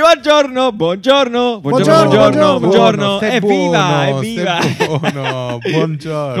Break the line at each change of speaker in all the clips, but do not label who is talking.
Buongiorno, buongiorno, buongiorno,
Buongiorno,
buongiorno,
buongiorno.
buongiorno.
Stai
Evviva,
buono,
evviva.
stai buono, buongiorno.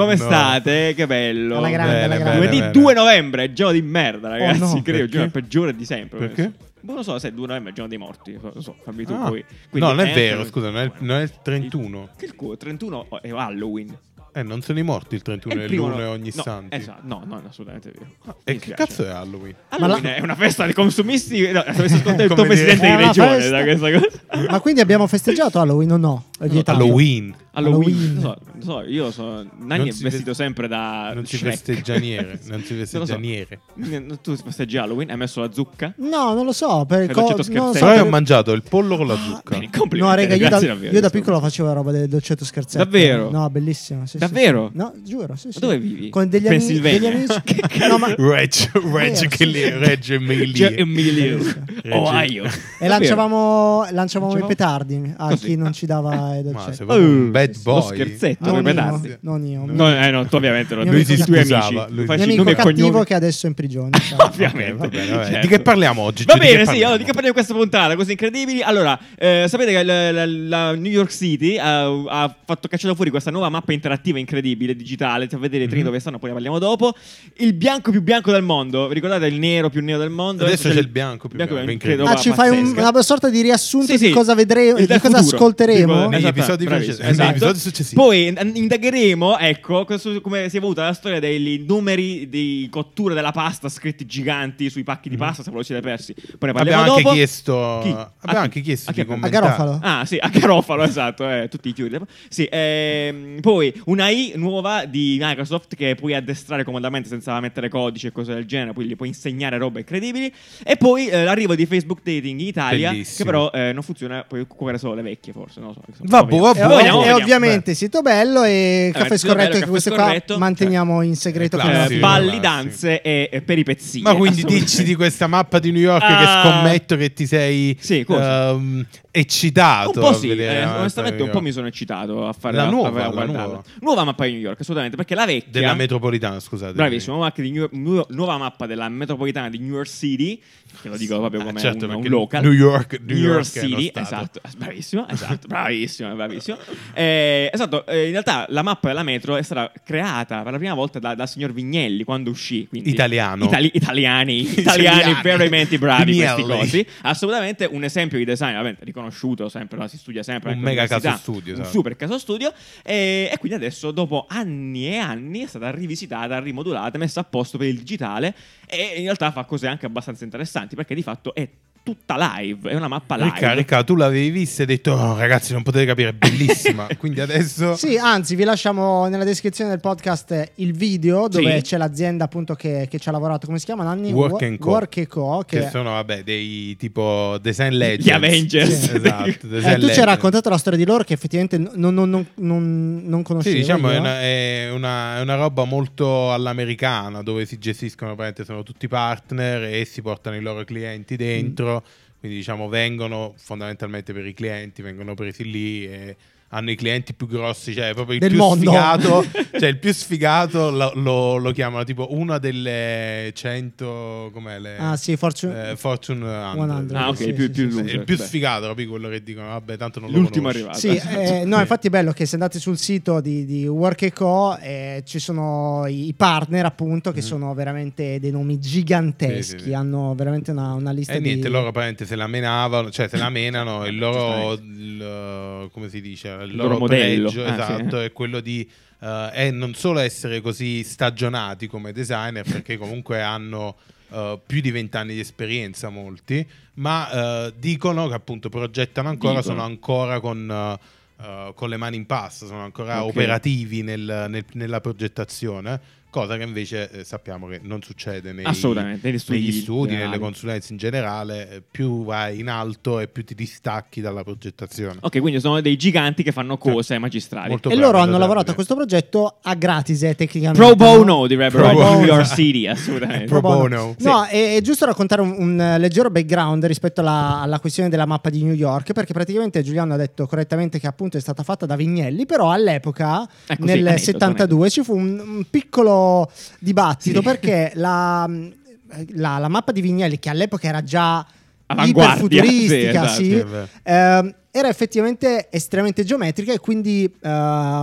Come state? Che bello.
Alla grande, alla grande.
Lunedì
bene. Oh,
2 novembre, è giorno di merda, ragazzi.
no.
Credo, il giorno
Perché?
peggiore di sempre.
Perché?
penso. Boh, non so se il 2 novembre è il giorno dei morti. Lo so, fammi tu
Ah.
poi.
No, non è
eh,
vero, scusa, non è- non è il 31.
Che il culo, 31 è Halloween.
Eh, non sono i morti il 31
È
e
il primo
l'1
no-
ogni
no,
santo.
Esatto, no, non è assolutamente vero. Mi
E che
dispiace.
cazzo è Halloween?
Halloween
Ma la-
è una festa dei consumisti. No, adesso ascolta il tuo
Come dire?
presidente di
È una
regione
festa.
da questa cosa.
Ma quindi abbiamo festeggiato Halloween o no? È vietato.
Halloween.
Halloween, non
Halloween.
so, non so, io sono Nani
Non
è
si
vestito
vest-
sempre da
Non si
Shrek.
festeggianiere, non si
lo so.
festeggianiere.
N- Tu festeggi Halloween, hai messo la zucca?
No, non lo so. Per
Fai l'accetto
co- non lo so
scherzente.
Però io
per-
ho mangiato il pollo
Ah,
con la zucca.
Bene, complimenti,
No, raga, io da,
ragazzi, davvero,
io da
sono-
piccolo facevo la roba del dolcetto scherzetto.
Davvero?
No, bellissimo. sì, sì,
Davvero?
sì. No, giuro. Sì, sì.
Ma dove vivi?
Con degli, ami- degli
Pennsylvania?
amici.
Che cazzo?
no, ma
Reggio, Reggio,
Eh,
che
sì.
lì, Reggio Emilia.
Cioè, Emilio,
Reggio.
Ohio.
E
Davvero?
lanciavamo, lanciavamo i petardi a
Così.
chi non ci dava i
Ma
dolcetti.
sei proprio un
Oh,
bad
sì,
boy. Ah,
lo scherzetto,
Non
i
io,
petardi.
non io. Un
No, eh, no, tu ovviamente non
Lui
tu-
si
i tuoi
scusava,
amici.
lui-
Tu facci
mio
nomi
amico
e
cattivo
cognomi.
che adesso è in prigione. ciao.
Ovviamente.
Va bene, va bene.
Certo.
Di che parliamo oggi?
Va
Gigi? Di che
bene, sì,
parliamo?
allora, di che parliamo in questa puntata? Cose incredibili. Allora, eh, sapete che la, la- la New York City ha, ha fatto cacciato fuori questa nuova mappa interattiva incredibile, digitale. Ti
Mhm.
vedere i treni dove stanno, poi ne parliamo dopo. Il bianco più bianco del mondo. Vi ricordate il nero più nero del mondo? Cioè
Adesso c'è il bianco più bianco, incredibile.
Ah, ci fai un- una sorta di riassunto
Sì, sì.
di cosa vedremo,
Il
di
del
cosa
futuro.
ascolteremo.
Negli
Esatto,
episodi
bravissimo,
precedenti, negli episodi successivi.
Poi eh, indagheremo, ecco, questo- come si è evoluta la storia dei numeri di cottura della pasta scritti giganti sui pacchi di pasta, se voi lo siete persi. Poi ne parliamo
Mm-hmm. Abbiamo anche
dopo.
chiesto...
Chi?
Abbiamo
A chi?
anche chiesto
A chi
di
abbiamo-
A
commentare.
Garofalo.
Ah, sì, a Garofalo, esatto, eh, tutti i chiudi. Sì, ehm, poi una I nuova di Microsoft che puoi addestrare comodamente senza mettere codice e cose del genere, poi gli puoi insegnare robe incredibili. E poi eh, l'arrivo di Facebook Dating in Italia,
Bellissimo.
che però eh, non funziona, puoi occupare solo le vecchie forse, non lo so.
Vabbè,
Poi
vabbè.
E,
vediamo.
ov-
Poi
e
vediamo, vediamo.
Eh, ovviamente sito bello e
Vabbè,
caffè
Eh, sito bello,
scorretto, che
caffè
queste
scorretto.
qua manteniamo in segreto.
Eh,
fino alla
classico.
Eh,
fine.
balli,
sì.
danze e, e peripezie.
Ma quindi dici
assolutamente.
di questa mappa di New York
Ah.
che scommetto che ti sei
Sì, cosa?
ehm, eccitato.
Un po'
a
sì,
vedere
eh,
la mappa di
onestamente un
New
po' mi
York.
sono eccitato a fare
La
a-
nuova,
a
la
guardarla.
nuova.
Nuova mappa di New York, assolutamente, perché la vecchia
Della metropolitana, scusate.
eh. Bravissimo, nuova, mappa di New- nu- nuova mappa della metropolitana di New York City, che lo dico proprio
Ah,
come
certo,
un, un
perché
local.
New York-
New
New
York
York è uno
City, esatto,
stato.
bravissimo, esatto, bravissimo, bravissimo. Eh, esatto, eh, in realtà la mappa della metro è stata creata per la prima volta da- dal signor Vignelli quando uscì. Quindi
Italiano.
Itali- italiani,
Italiani.
italiani veramente bravi questi
Vignelli.
cosi. Assolutamente un esempio di design, veramente riconosciuto sempre, no? si studia sempre.
Un
anche
mega
all'università,
caso studio,
Un
esatto.
super caso studio. E, e quindi adesso, dopo anni e anni, è stata rivisitata, rimodulata, messa a posto per il digitale e in realtà fa cose anche abbastanza interessanti perché di fatto è tutta live, è una mappa live.
Ricca, Ricca, tu l'avevi vista e hai detto, "Oh, ragazzi, non potete capire, è bellissima. Quindi adesso...
Sì, anzi, vi lasciamo nella descrizione del podcast eh, il video dove
Sì.
c'è l'azienda appunto che, che ci ha lavorato. Come si chiama Nanni?
Work and Co.
Work and Co,
Che,
Che,
sono, vabbè, dei tipo design legends.
Gli Avengers.
Sì.
Esatto,
Eh,
design
tu ci hai
legends.
raccontato la storia di loro che effettivamente non, non, non, non, non
Sì,
conoscevo.
diciamo è
io.
una, è una- è una roba molto all'americana dove si gestiscono, praticamente sono tutti partner e si portano i loro
Mm.
clienti dentro. Quindi diciamo vengono fondamentalmente per i clienti, vengono presi lì e hanno i clienti più grossi, cioè proprio il
Del
più
mondo.
sfigato, cioè il più sfigato lo, lo- lo chiamano tipo una delle 100 com'è le
Ah, sì, Fortune-
eh, Fortune 100.
Ah, ok,
Sì,
più,
sì,
più
sì, sì.
loser,
il più
beh.
sfigato, capi quello che dicono, vabbè, tanto non
L'ultimo
lo conosci.
arrivato.
Sì, eh, no, infatti è bello che se andate sul sito di, di Work Co eh, ci sono i i partner appunto che sono veramente dei nomi giganteschi,
Mhm. Sì, sì, sì.
hanno veramente una, una lista
E
di...
Eh, niente, loro apparentemente se la menavano, cioè se la menano, il loro, il, eh, come si dice, il,
loro
loro,
modello.
pregio,
Ah,
esatto,
sì.
è quello di eh, è non solo essere così stagionati come designer, perché comunque hanno eh, più di vent'anni di esperienza molti, ma eh, dicono che appunto progettano ancora,
Dicono.
sono ancora con... eh, eh, con le mani in pasta, sono ancora
Ok.
operativi nel- nel- nella progettazione, cosa che invece eh, sappiamo che non succede nei,
Assolutamente, negli studi
negli studi, nelle
generali.
consulenze in generale, eh, più vai in alto e più ti distacchi dalla progettazione.
Ok, quindi sono dei giganti che fanno cose magistrali.
Molto cioè, eh,
E
bravi,
loro
lo
hanno
devo
lavorato
dire.
a questo progetto a gratis, eh, tecnicamente.
Pro
no?
bono direbbero
Pro
in
bono.
New York City, assolutamente.
eh, Pro bono. Sì.
No, è, è giusto raccontare un, un, eh, leggero background rispetto alla, alla questione della mappa di New York, perché praticamente Giuliano ha detto correttamente che appunto è stata fatta da Vignelli, però all'epoca,
Ecco, sì,
nel
aneddoto,
72, ci fu un, un piccolo dibattito
Sì.
perché la, la- la mappa di Vignelli, che all'epoca era già
Avanguardia. esatto.
iperfuturistica, sì.
sì, è vero.
Ehm, era effettivamente estremamente geometrica e quindi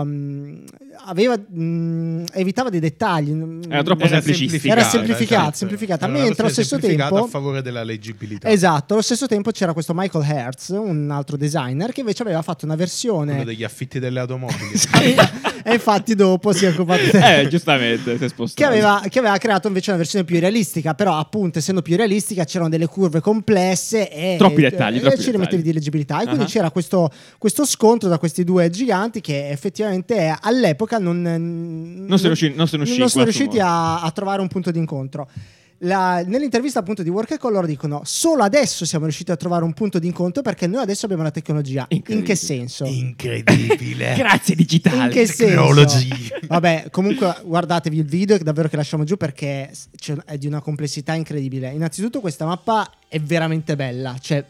ehm, aveva, mm, evitava dei dettagli. eh,
Era troppo semplicistica.
Era semplificata,
esatto.
semplificata.
Era una
Mentre allo
versione
stesso
semplificata
tempo-
a favore della leggibilità.
Esatto, allo stesso tempo c'era questo Michael Hertz, un altro designer, che invece aveva fatto una
Uno
versione...
degli affitti delle automobili.
Esatto. e infatti dopo si è occupato...
Eh, giustamente, si è spostato.
Che aveva, che aveva creato invece una versione più realistica, però appunto essendo più realistica c'erano delle curve complesse e
Troppi dettagli,
e
troppi
ci rimettevi
dettagli.
di leggibilità. E quindi
Ah.
c'era questo, questo scontro da questi due giganti che effettivamente all'epoca non, non
sono riusci- non sono riusciti
non sono
in qualche
riusciti
modo.
a, a trovare un punto d'incontro. La- nell'intervista appunto di Work and Color dicono solo adesso siamo riusciti a trovare un punto d'incontro perché noi adesso abbiamo la tecnologia. In
Incredibile.
che senso?
Incredibile.
Grazie digitale.
In che senso?
tecnologie.
Vabbè, comunque guardatevi il video che davvero che lasciamo giù perché s- c'è- è di una complessità incredibile. Innanzitutto questa mappa è veramente bella, cioè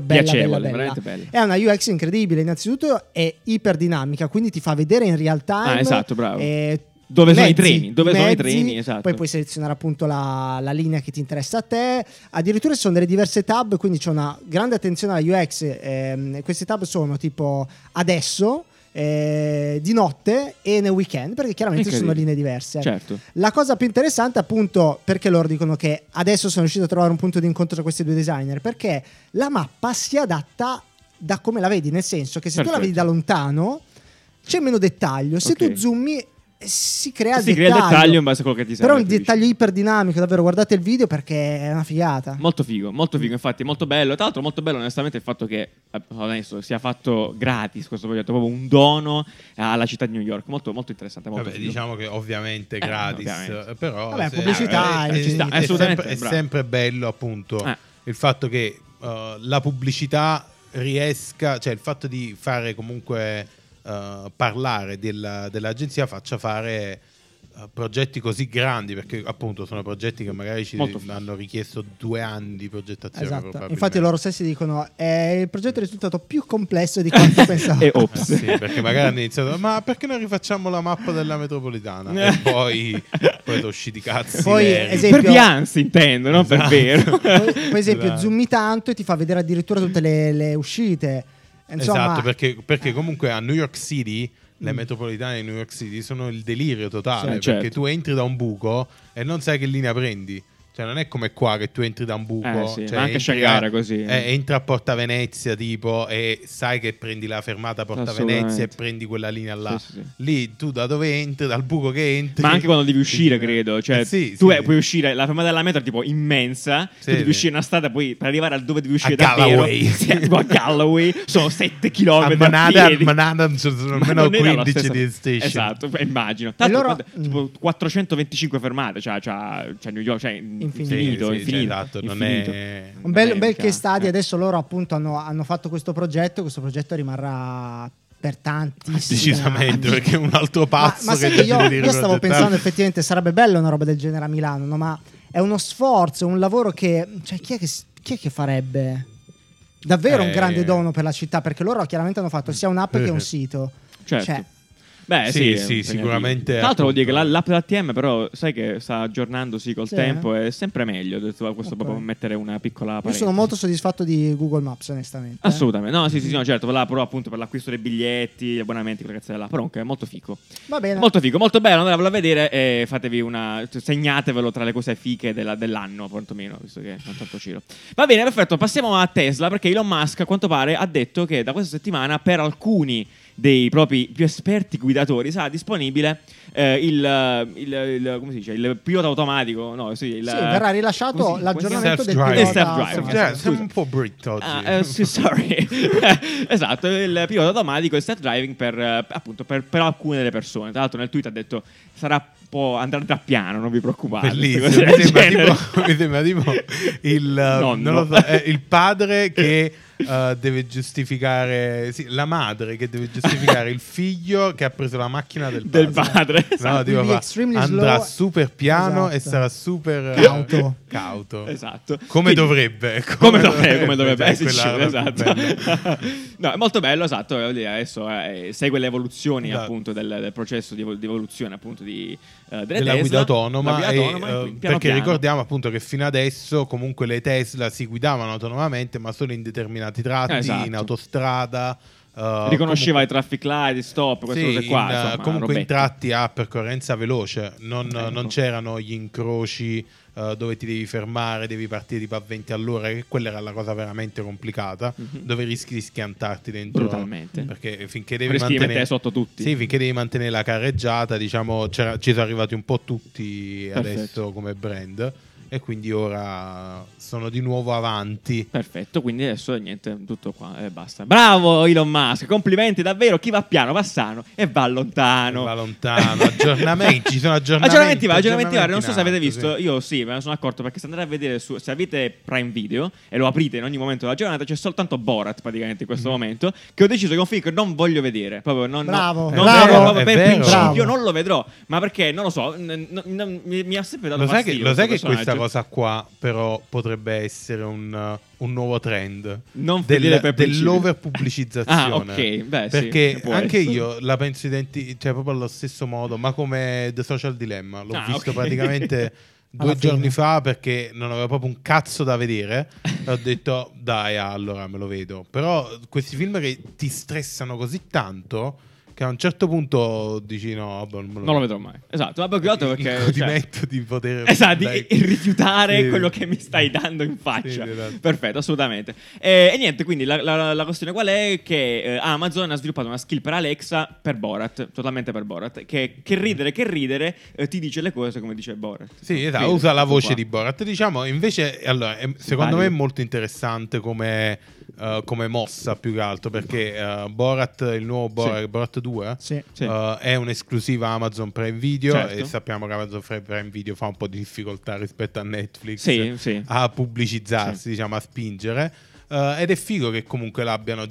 Vero,
bella, bella,
piacevole,
bella. Eh,
veramente bella.
È una UX incredibile, innanzitutto è iperdinamica, quindi ti fa vedere in real time.
Ah, esatto, bravo.
eh,
Dove sono i
mezzi,
treni, dove sono i
mezzi,
treni, esatto.
Poi puoi selezionare appunto la, la linea che ti interessa a te. Addirittura ci sono delle diverse tab, quindi c'è una grande attenzione alla UX. ehm, queste tab sono tipo adesso, eh, di notte e nel weekend, perché chiaramente ci sono
Incredibile.
linee diverse.
Certo.
La cosa più interessante, appunto, perché loro dicono che adesso sono riuscito a trovare un punto di incontro tra questi due designer, perché la mappa si adatta da come la vedi, nel senso che se tu la
Perfetto.
vedi da lontano c'è meno dettaglio, se
Ok.
tu zoomi eh, si crea il
Si crea
dettaglio.
il dettaglio in base a quello che ti serve.
Però è un
capisci?
dettaglio iperdinamico, davvero, guardate il video perché è una figata.
Molto figo, molto figo, infatti, molto bello. Tra l'altro, molto bello, onestamente, il fatto che eh, adesso sia fatto gratis questo progetto, proprio un dono alla città di New York. Molto, molto interessante. Molto
Vabbè,
figo.
diciamo che ovviamente
Eh,
gratis,
ovviamente.
però
Vabbè,
se-
pubblicità,
eh,
eh, ci sta,
è,
assolutamente,
sempre, è
bravo.
sempre bello appunto
Eh.
il fatto che eh, la pubblicità riesca, cioè il fatto di fare comunque eh, parlare della- dell'agenzia faccia fare eh, progetti così grandi perché appunto sono progetti che magari ci
Molto figo.
hanno richiesto due anni di progettazione
Esatto.
probabilmente.
Infatti loro stessi dicono è il progetto è risultato più complesso di quanto pensavo.
E
Eh
ops.
sì, perché magari hanno iniziato, ma perché non rifacciamo la mappa della metropolitana?
Eh.
E poi, poi sono usciti cazzi.
Poi,
veri.
esempio-
Per pianzi, intendo, non per
Esatto.
vero.
Poi, per esempio,
Esatto.
zoomi tanto e ti fa vedere addirittura tutte le, le uscite. Insomma, eh. Mm.
esatto, perché, perché comunque a New York City le metropolitane di New York City sono il delirio totale
Sì,
perché
certo.
tu entri da un buco e non sai che linea prendi. Cioè, non è come qua che tu entri da un buco,
Eh, sì,
cioè,
ma anche
entri
Sciagara
a-
così.
eh, entri a Porta Venezia tipo e sai che prendi la fermata Porta
Assolutamente.
Venezia e prendi quella linea là.
Sì, sì, sì.
Lì tu da dove entri, dal buco che entri.
Ma anche quando devi uscire,
Sì.
credo. Cioè,
Eh, sì,
tu
sì,
eh,
sì.
puoi uscire, la fermata della metro è tipo immensa.
Sì,
tu devi
sì.
uscire una strada, poi per arrivare al dove devi uscire
A
davvero.
Galloway.
Sì, tipo a Galloway sono 7 km.
a Manhattan, Manhattan ci sono
Ma
almeno
non era la
15 di
stessa-
station.
Esatto, beh, immagino. Tanto
allora-
guarda, tipo 425 fermate, cioè, cioè, cioè New York, cioè in-
Infinito.
Sì,
infinito,
sì,
infinito,
cioè, esatto, non
infinito.
è-
un bel, un bel
America.
case study.
Eh.
Adesso loro appunto hanno, hanno fatto questo progetto. Questo progetto rimarrà per tanti.
Decisamente, perché è un altro
Ma,
pazzo
ma sai
che
che
ti
io,
deve dire
io stavo
progettare.
pensando effettivamente sarebbe bello una roba del genere a Milano, no? ma è uno sforzo, un lavoro che... Cioè, chi è che, s- chi è che farebbe? Davvero un
Eh.
grande dono per la città, perché loro chiaramente hanno fatto sia un'app che un sito.
Certo.
Cioè,
Beh,
Sì,
sì,
sì,
è impegnativo.
sicuramente,
Tra l'altro, vuol dire che la-
appunto.
l'app dell'ATM, però, sai che sta aggiornandosi col
Sì,
tempo, è sempre meglio. Ho detto, ah, Questo
Ok.
proprio per mettere una piccola
io
parentesi.
sono molto soddisfatto di Google Maps, onestamente. eh.
Assolutamente, no, sì, sì, sì, no, certo, là, però appunto per l'acquisto dei biglietti, gli abbonamenti, quella cazzata là, però comunque è molto figo.
Va bene.
Molto figo, molto bello, andatevelo a vedere e fatevi una cioè, segnatevelo tra le cose fiche della- dell'anno, quantomeno, visto che non tanto giro. Va bene, perfetto, passiamo a Tesla perché Elon Musk a quanto pare ha detto che da questa settimana per alcuni dei propri più esperti guidatori sarà disponibile eh, il, il, il- come si dice, il pilota automatico, no, sì, il,
Sì, verrà
come
rilasciato
si-
l'aggiornamento del
Self-driving.
pilota.
Self-driving,
automatico.
esatto.
Cioè, siamo un po' Brit oggi.
Ah, eh, sì, sorry. esatto, il pilota automatico e self-driving per, eh, appunto, per, per alcune delle persone. Tra l'altro nel tweet ha detto sarà può andare da piano, non vi preoccupate.
Bellissimo,
Cose
mi
del
sembra,
genere.
tipo, mi sembra tipo il, eh,
Nonno.
non lo so, eh, il padre che eh, deve giustificare, sì, la madre che deve giustificare il figlio che ha preso la macchina del padre.
Del padre,
No,
esatto.
tipo,
Will be
fa,
extremely
andrà
slow.
super piano e
Esatto.
sarà super eh,
Cauto.
cauto.
Esatto.
Come
Quindi-
dovrebbe.
Come dovrebbe, come dovrebbe,
cioè,
eh, sì,
quella
sì,
roba più
esatto.
bella.
No, è molto bello, esatto. voglio dire, Adesso eh, segue le evoluzioni
Esatto.
appunto del, del processo di, evol- di evoluzione appunto di, eh, delle
della
Tesla,
guida autonoma,
la guida
e,
autonoma,
eh,
quindi piano
perché
piano.
ricordiamo appunto che fino adesso comunque le Tesla si guidavano autonomamente ma solo in determinati tratti,
Esatto.
in autostrada eh,
riconosceva
comunque-
i traffic light, i stop, queste
Sì,
cose qua.
in, eh,
insomma,
comunque in
robette.
tratti a percorrenza veloce, non,
Ecco.
non c'erano gli incroci eh, dove ti devi fermare, devi partire tipo a 20 all'ora, che quella era la cosa veramente complicata,
Mhm.
dove rischi di schiantarti dentro.
Brutalmente.
Perché finché devi
Rischi di mettere
mantenere...
sotto tutti.
Sì, finché devi mantenere la carreggiata, diciamo, c'era- ci sono arrivati un po' tutti
Perfetto.
adesso come brand e quindi ora sono di nuovo avanti.
Perfetto, quindi adesso niente, tutto qua e basta. Bravo Elon Musk, complimenti davvero. Chi va piano va sano e va lontano.
Va lontano, aggiornamenti, ci sono aggiornamenti,
Ah, Aggiornamenti, va, aggiornamenti, va.
aggiornamenti
Non so se avete
in
visto,
atto, sì.
io sì, me ne sono accorto perché se andate a vedere su, se avete Prime Video e lo aprite in ogni momento della giornata, c'è soltanto Borat praticamente in questo
Mm.
momento. Che ho deciso che è un film che non voglio vedere. Proprio non, no-
Bravo.
non,
È
vero,
proprio
è
per
vero.
principio
Bravo.
non lo vedrò. Ma perché non lo so, n- n- n- mi, mi ha sempre dato
Lo sai, che,
fastidio
lo sai che
questo
questa
personaggio.
cosa qua però potrebbe essere un, uh, un nuovo trend
Non vedere per principio.
dell'overpubblicizzazione.
Ah, ok, beh, sì,
perché
può
anche
essere.
io la penso identi- cioè proprio allo stesso modo, ma come The Social Dilemma, l'ho
Ah,
visto
ok.
praticamente due
Alla fine.
giorni fa perché non avevo proprio un cazzo da vedere e ho detto dai, allora me lo vedo. Però questi film che ti stressano così tanto che a un certo punto dici no, vabbè, non me lo
Non lo vedrò mai. Esatto, ma più che altro
il-
perché.
il
cioè,
godimento di poter
Esatto, di-
Eh, dai.
e rifiutare
Sì.
quello che mi stai dando in faccia.
Sì, esatto.
Perfetto, assolutamente. Eh, E, e niente, quindi la, la- la questione qual è? Che eh, Amazon ha sviluppato una skill per Alexa per Borat, totalmente per Borat, che, che ridere, che ridere, eh, ti dice le cose come dice Borat.
Mm. Sì, esatto,
Quindi,
usa la
tutto
voce
qua.
di Borat. Diciamo, invece, allora, è- secondo me è
Simpatico.
molto interessante come, eh, come mossa più che altro, perché eh, Borat, il nuovo Borat,
Sì.
Borat 2,
Sì.
Sì.
eh, è un'esclusiva Amazon Prime Video
Certo.
e sappiamo che Amazon Prime Video fa un po' di difficoltà rispetto a Netflix
Sì, sì.
cioè, a pubblicizzarsi,
Sì.
diciamo, a spingere. Eh, ed è figo che comunque l'abbiano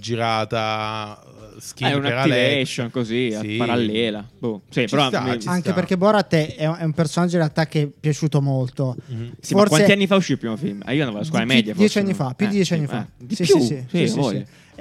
girata eh, skin
Ah, è
per
un'activation
Alexa.
così, a
Sì.
parallela. Boh, Sì,
Ci
però
sta,
mi-
ci sta.
Anche perché Borat è, è un personaggio in realtà che è piaciuto molto.
Mhm.
Sì, ma
Forse-
quanti anni fa uscì il primo film? Ah, io andavo alla scuola
Di-
media.
Dieci
forse,
anni
no?
fa, più di
Eh,
dieci
sì,
anni fa.
eh, Di
Sì,
più?
sì, sì,
Sì,
sì, sì,
voglio.
sì. Eh,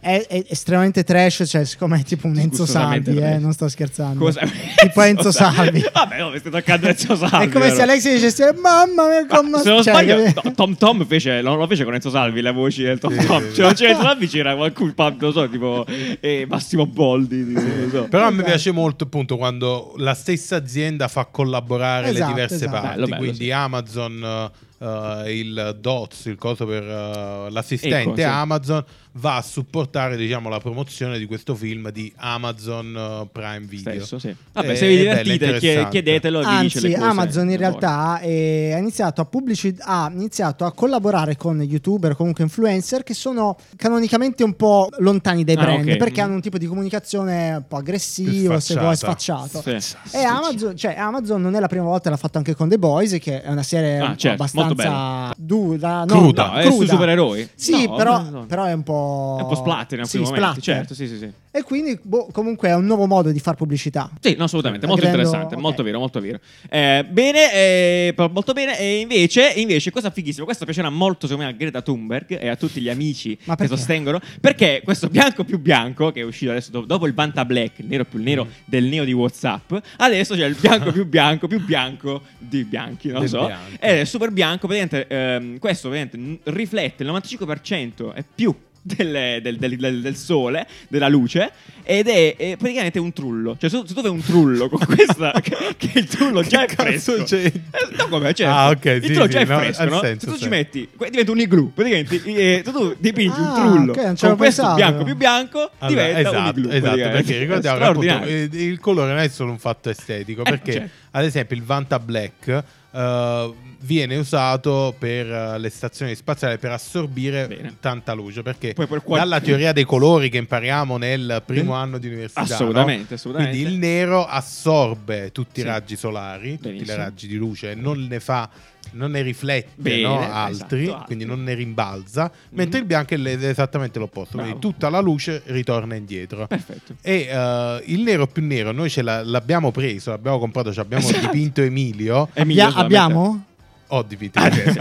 È, è estremamente trash, cioè, siccome è tipo un Enzo
Disgustosamente
Salvi, eh,
trash.
non sto scherzando.
Cosa?
Tipo Enzo Salvi.
Vabbè, no, mi stai toccando Enzo Salvi.
È come se
allora.
Alexia dicesse: Mamma mia,
Ma,
come
se non
cioè,
sbaglio,
capi-
no, Tom Tom fece, lo, lo fece con Enzo Salvi le voci del Tom
Sì,
Tom.
sì, sì.
Cioè, non c'era Enzo Salvi, c'era qualcuno, non lo so, tipo eh, Massimo Boldi. tipo, non so.
Però a me
Esatto.
piace molto appunto quando la stessa azienda fa collaborare le
Esatto,
diverse
esatto.
parti,
Bello, bello,
quindi
sì.
Amazon, eh, il DOTS, il coso per eh, l'assistente
Ecco, sì.
Amazon va a supportare diciamo la promozione di questo film di Amazon eh, Prime Video.
Stesso, sì. Vabbè,
Eh,
se vi
è bello,
divertite, chie-
interessante.
chiedetelo. vi dice le
Anzi,
cose. eh,
Amazon in
Poi.
realtà eh, ha, iniziato a pubblici- ha iniziato a collaborare con youtuber, comunque influencer, che sono canonicamente un po' lontani dai
Ah,
brand
ok.
perché
Mm.
hanno un tipo di comunicazione un po' aggressivo,
Più
se vuoi
sfacciata.
sfacciato.
Sì.
E Amazon, cioè, Amazon non è la prima volta, l'ha fatto anche con The Boys, che è una serie
Ah,
un po'
certo, molto
abbastanza dura, no,
Cruda,
No, è sui supereroi.
Sì,
No,
però,
no, no.
però è un po'...
È un po' splatter in
Oh, Sì,
alcuni momenti,
splatter.
certo, sì, sì, sì.
E quindi, boh, comunque è un nuovo modo di far pubblicità.
Sì, no, assolutamente, molto
Aggrendo-
interessante,
ok.
molto vero, molto vero. Eh, bene, eh, però molto bene, e invece, invece, cosa fighissima, questo piacerà molto secondo me a Greta Thunberg e a tutti gli amici
Ma
che
perché?
sostengono, perché questo bianco più bianco, che è uscito adesso do- dopo il Banta Black, il nero più nero
Mm.
del neo di Whatsapp, adesso c'è il bianco più bianco più bianco di bianchi, non
Del
so,
bianco.
ed è super bianco, praticamente, ehm, questo praticamente n- riflette il 95% e più delle- del, del- del- del sole, della luce, ed è, è praticamente un trullo. Cioè, se, se tu fai un trullo con questa, che, che il trullo già è
Che cazzo
fresco.
c'entra?
Eh, no, come, certo.
Ah, ok,
Il
sì,
trullo
sì,
già è
no,
fresco,
ha
no? se
senso,
tu ci
sì.
metti, que- diventa un igloo, praticamente. eh, se tu dipingi un
Ah,
trullo
ok, non ci
con
avevo
questo
pensato.
bianco più bianco,
Allora,
diventa un
esatto,
igloo.
esatto
praticamente.
perché ricordiamo che
Straordinario.
appunto, eh, il colore non è solo un fatto estetico,
Eh,
perché
certo.
ad esempio il Vanta Black eh, viene usato per eh, le stazioni spaziali per assorbire
Bene.
tanta luce, perché
Poi per qual-
dalla teoria dei colori che impariamo nel primo
Sì.
anno di università,
Assolutamente,
no?
assolutamente.
quindi il nero assorbe
Sì.
tutti i raggi solari, tutti
Benissimo.
i raggi di luce, non ne fa... Non ne riflette
Bene,
no,
esatto,
altri,
altri. Mhm.
quindi non ne rimbalza, mentre il bianco è l- esattamente l'opposto, quindi
Bravo.
tutta la luce ritorna indietro.
Perfetto.
E eh, il nero più nero noi ce la- l'abbiamo preso, l'abbiamo comprato, ci abbiamo
Esatto.
dipinto Emilio.
Emilio,
Abbia-
solamente.
abbiamo?
ho di vita.
Ah,
adesso.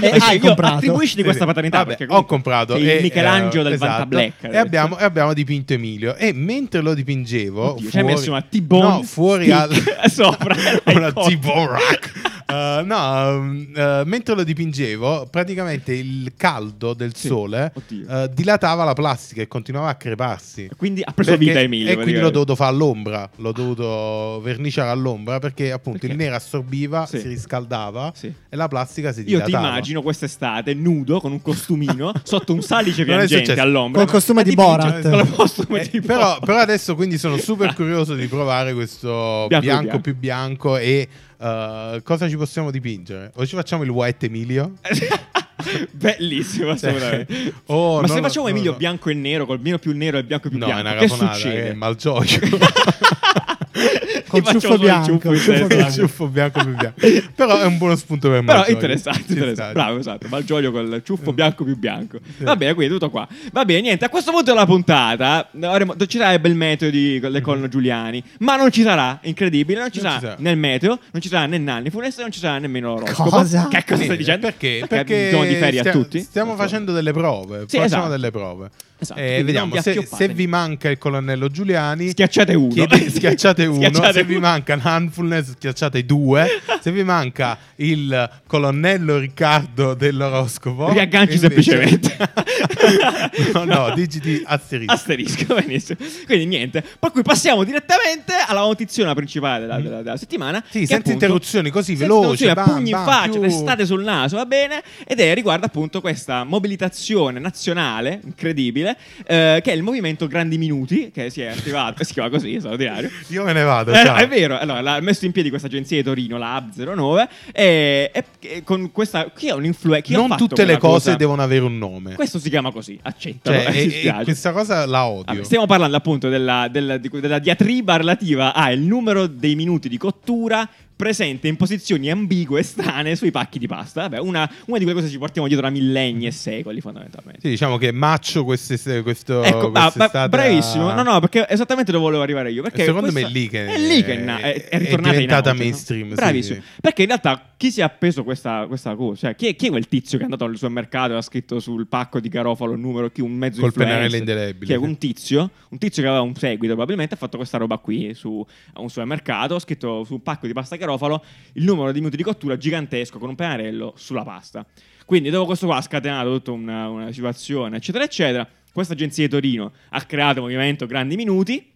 E
Dice,
hai
io
comprato?
Attribuisci di
Sì,
questa
sì.
paternità
Vabbè,
perché
ho
comunque
comprato
sei
e-
il Michelangelo del
esatto.
Vanta Black.
e abbiamo, e abbiamo dipinto Emilio e mentre lo dipingevo
cioè, Oddio,
fuori,
ci hai messo una T-bone
no, fuori
stick
al-
sopra.
una
Ecco.
T-bone rack Eh, no, um, eh, mentre lo dipingevo praticamente il caldo del
Sì.
sole
Oddio.
eh, dilatava la plastica e continuava a creparsi
Quindi ha preso
Perché-
vita Emilio.
e quindi
praticamente.
l'ho dovuto fare all'ombra l'ho dovuto verniciare all'ombra perché appunto
Perché?
il nero assorbiva
Sì.
si riscaldava
Sì.
e la plastica si
Io ti
dilatava
immagino quest'estate nudo con un costumino sotto un salice
Non è
piangente
successo.
all'ombra.
Col costume
Ah,
di
dipingi-
Borat.
Con il costume
Eh,
di
però,
Borat.
però adesso quindi sono super curioso di provare questo
Bianco più
bianco,
bianco.
più bianco e eh, cosa ci possiamo dipingere? O ci facciamo il white Emilio?
Bellissimo,
Cioè,
assolutamente.
oh,
Ma se
non lo-
facciamo
non
Emilio
lo-
bianco e nero, col meno più nero e il bianco più
No, è
bianco,
una eh,
che
caponata,
succede?
è malgioio.
Ti
Col
facciamo solo
ciuffo
il
bianco,
ciuffo in
ciuffo
testa.
Il ciuffo bianco più bianco. Però è un buono spunto per
Però
malgioglio. Eh.
interessante,
Ci sta.
interessante. bravo, esatto. Malgioglio col ciuffo bianco più bianco. Va bene, quindi tutto qua. Va bene, niente. A questo punto della puntata avremo- ci sarà il bel meteo di, con- con Giuliani, ma non ci sarà, incredibile. Non ci,
Mm. Non
sarà,
ci sarà.
nel meteo, non ci sarà né Nanni Funesto, non ci sarà nemmeno l'oroscopo.
Cosa?
Che cosa stai
Sì, eh,
dicendo?
Perché? Esatto.
abbiamo
Perché
bisogno di ferie
stia-
a tutti.
Stiamo facendo delle prove.
Sì,
facciamo
esatto.
delle prove.
Esatto,
Eh,
quindi non
vediamo
vi
se,
affioppate.
se vi manca il colonnello Giuliani.
Schiacciate uno.
chiedi- schiacciate uno.
Schiacciate
se vi
uno.
manca Handfulness, schiacciate due. se vi manca il colonnello Riccardo dell'oroscopo,
Riagganci
invece-
semplicemente.
no, no, digiti asterisco.
Asterisco, benissimo. Quindi niente. Per cui passiamo direttamente alla notizia principale della, della- della settimana.
Mm.
che
Sì, senza
appunto-
interruzioni, così
senza
veloci,
interruzioni,
bam,
pugni in
bam,
faccia,
più-
testate sul naso, va bene. Ed è riguarda appunto questa mobilitazione nazionale incredibile, eh, che è il movimento Grandi Minuti, che si è attivato, si chiama così, straordinario.
Io me ne vado.
Eh,
ciao.
è vero, allora, l'ha messo in piedi questa agenzia di Torino, la AB09, e, e- e con questa... Chi è un influencer?
Non tutte le cose devono avere un nome.
Questo Ah, si chiama così, accettalo,
Cioè,
eh,
e-
ci
e
spiace.
questa cosa la odio.
Vabbè, stiamo parlando appunto della, della- di- della diatriba relativa al numero dei minuti di cottura presente in posizioni ambigue e strane sui pacchi di pasta. Vabbè, una, una di quelle cose che ci portiamo dietro da millenni e secoli, fondamentalmente.
Sì, diciamo che Maccio queste- questo
Ecco, ah,
quest'estate
ma-
ha-
bravissimo. No, no, perché esattamente dove volevo arrivare io. Perché
Secondo
questa-
me è lì che-
è, lì che è, na- è, è ritornata
è diventata
in auge, no?
mainstream, sì,
Bravissimo.
sì.
Perché in realtà chi si è appeso questa, questa cosa? Cioè, chi è, chi è quel tizio che è andato al supermercato e ha scritto sul pacco di Garofalo il numero? Chi un mezzo
Col
influencer?
pennarello indelebile.
Chi è un tizio, un tizio che aveva un seguito probabilmente, ha fatto questa roba qui su a un supermercato. Ha scritto su un pacco di pasta Garofalo il numero di minuti di cottura gigantesco con un pennarello sulla pasta. Quindi dopo questo qua ha scatenato tutta una, una situazione, eccetera, eccetera. Questa agenzia di Torino ha creato un movimento Grandi Minuti.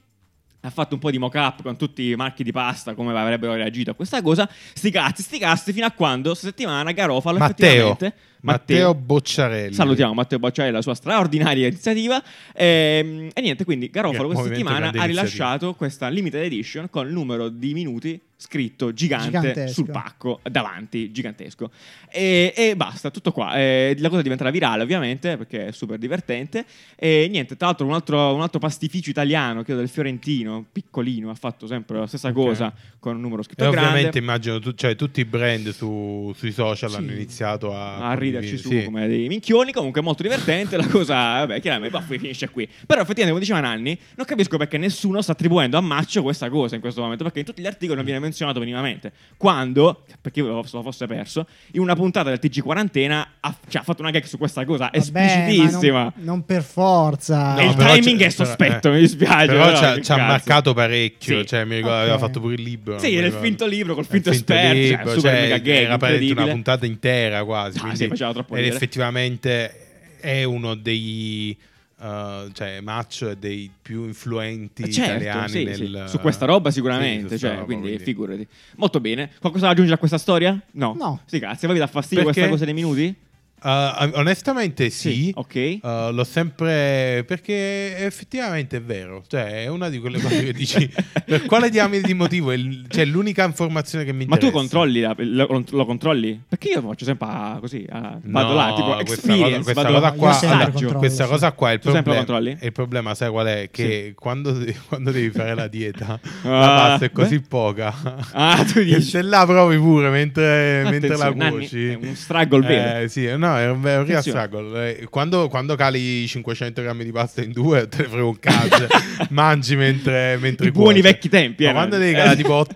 Ha fatto un po' di mock-up con tutti i marchi di pasta, come avrebbero reagito a questa cosa. Sti cazzi, sti cazzi, fino a quando, questa settimana, Garofalo
Matteo,
effettivamente...
Matteo Bocciarelli.
Salutiamo Matteo Bocciarelli e la sua straordinaria iniziativa. Ehm, E, niente, quindi
Gra-
Garofalo questa
Movimento
settimana
Grande
ha
Iniziativa.
rilasciato questa limited edition con il numero di minuti scritto gigante
Gigantesco.
sul pacco davanti, gigantesco. E, e basta, tutto qua. Eh, la cosa diventerà virale ovviamente perché è super divertente. E niente, tra l'altro un altro, un altro pastificio italiano, credo del Fiorentino, piccolino, ha fatto sempre la stessa
Ok.
cosa con un numero
E
scritto grande.
ovviamente immagino tu- cioè, tutti i brand su- sui social
Sì.
hanno iniziato a,
a riderci su
Ah, sì.
come dei minchioni. Comunque, è molto divertente. la cosa, eh, vabbè, chiaramente, bah, poi finisce qui. Però, effettivamente, come diceva Nanni, non capisco perché nessuno sta attribuendo a Maccio questa cosa in questo momento. Perché in tutti gli articoli non viene menzionato minimamente. Quando, perché io se lo fosse perso, in una puntata del TG Quarantena ha, cioè, ha fatto una gag su questa cosa
Vabbè, ma
esplicitissima.
non, non per forza.
E il
però
timing
c'è-
è sospetto,
però-
mi dispiace,
Però,
però
c'ha-
che
ci ha
cazzo.
marcato parecchio.
Sì.
Cioè, mi ricordo,
Ok.
aveva fatto pure il libro.
Sì,
non mi
nel
ricordo.
finto libro, col
Il
finto esperto, cioè,
libro,
super
cioè,
mega gag,
Era praticamente una
incredibile.
puntata intera quasi.
Ah, sì,
quindi-
faceva troppo
ed
ridere.
effettivamente è uno dei. eh, cioè, Maccio è dei più influenti
Certo,
italiani
sì,
nel-
sì. su questa roba
Sì, su
sicuramente,
sta
cioè,
roba,
quindi, figurati. Molto bene. Qualcosa da aggiungere a questa storia? No.
No.
Sì, grazie. Voi vi dà fastidio
Perché?
questa cosa dei minuti?
Eh, onestamente sì.
Ok.
Eh, l'ho sempre perché effettivamente è vero, cioè è una di quelle cose che dici per quale diamine di motivo è l- cioè, l'unica informazione che mi
Ma
interessa.
tu controlli la- lo, lo controlli? Perché io faccio sempre ah, così, ah, vado
No,
là, tipo
questa
experience,
cosa- questa
vado
cosa qua-
io sempre
allora,
controllo.
Questa
sì.
cosa qua è il
Tu sempre la
problema.
controlli?
Il problema, sai qual è? Che quando, quando devi fare la dieta, la
Ah,
pasta è così
beh.
poca.
Ah, tu
che
dici.
se la provi pure mentre, mentre la
Attenzione, Nanni,
cuoci,
è un struggle vero.
Eh, sì, è una no, è un, è un real
Attenzione.
struggle. Eh, Quando, quando cali 500 grammi di pasta in due, te ne frega un cazzo. Mangi mentre, mentre
I buoni
cuoci.
vecchi tempi,
Ma
eh,
quando
no?
devi
Eh.
calare tipo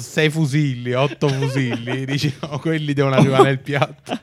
6 fusilli, 8 fusilli, dici no, quelli devono arrivare nel piatto.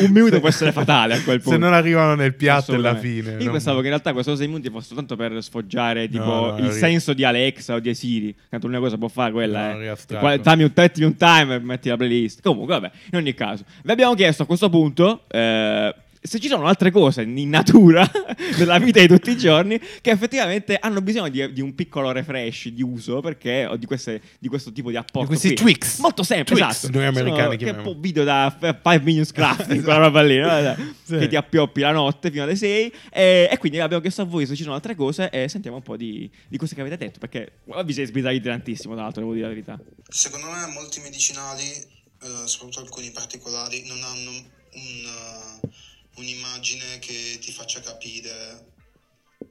Un minuto
Se-
può essere fatale a quel punto.
Se non arrivano nel piatto alla
Assolutamente.
fine.
Io
non-
pensavo che in realtà questo 6 minuti fosse tanto per sfoggiare tipo,
no,
il
ri-
senso di Alexa o di Siri. Tanto l'unica cosa può fare quella
No,
è.
riastrappo.
dammi un, metti un timer, metti la playlist. Comunque, vabbè, in ogni caso, vi abbiamo chiesto a questo punto. eh, se ci sono altre cose in natura della vita di tutti i giorni che effettivamente hanno bisogno di, di un piccolo refresh di uso perché o di, queste- di questo tipo di apporto
Di questi
qui.
tweaks.
molto semplice
Tweaks,
esatto.
noi americani
Sono- che
chiamiamo.
po- video da 5 minutes crafting quella roba lì no? Dai,
Sì.
che ti appioppi la notte fino alle 6 e, e quindi abbiamo chiesto a voi se ci sono altre cose e sentiamo un po' di, di cose che avete detto perché eh, vi siete sbizzarriti tantissimo tra l'altro devo dire la verità
Secondo me molti medicinali, eh, soprattutto alcuni particolari, non hanno un, eh, un'immagine che ti faccia capire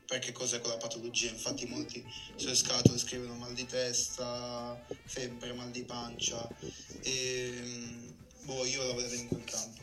perché cos'è quella patologia. Infatti molti sulle scatole scrivono mal di testa, febbre, mal di pancia e mm, boh, io la vedrei in quel campo.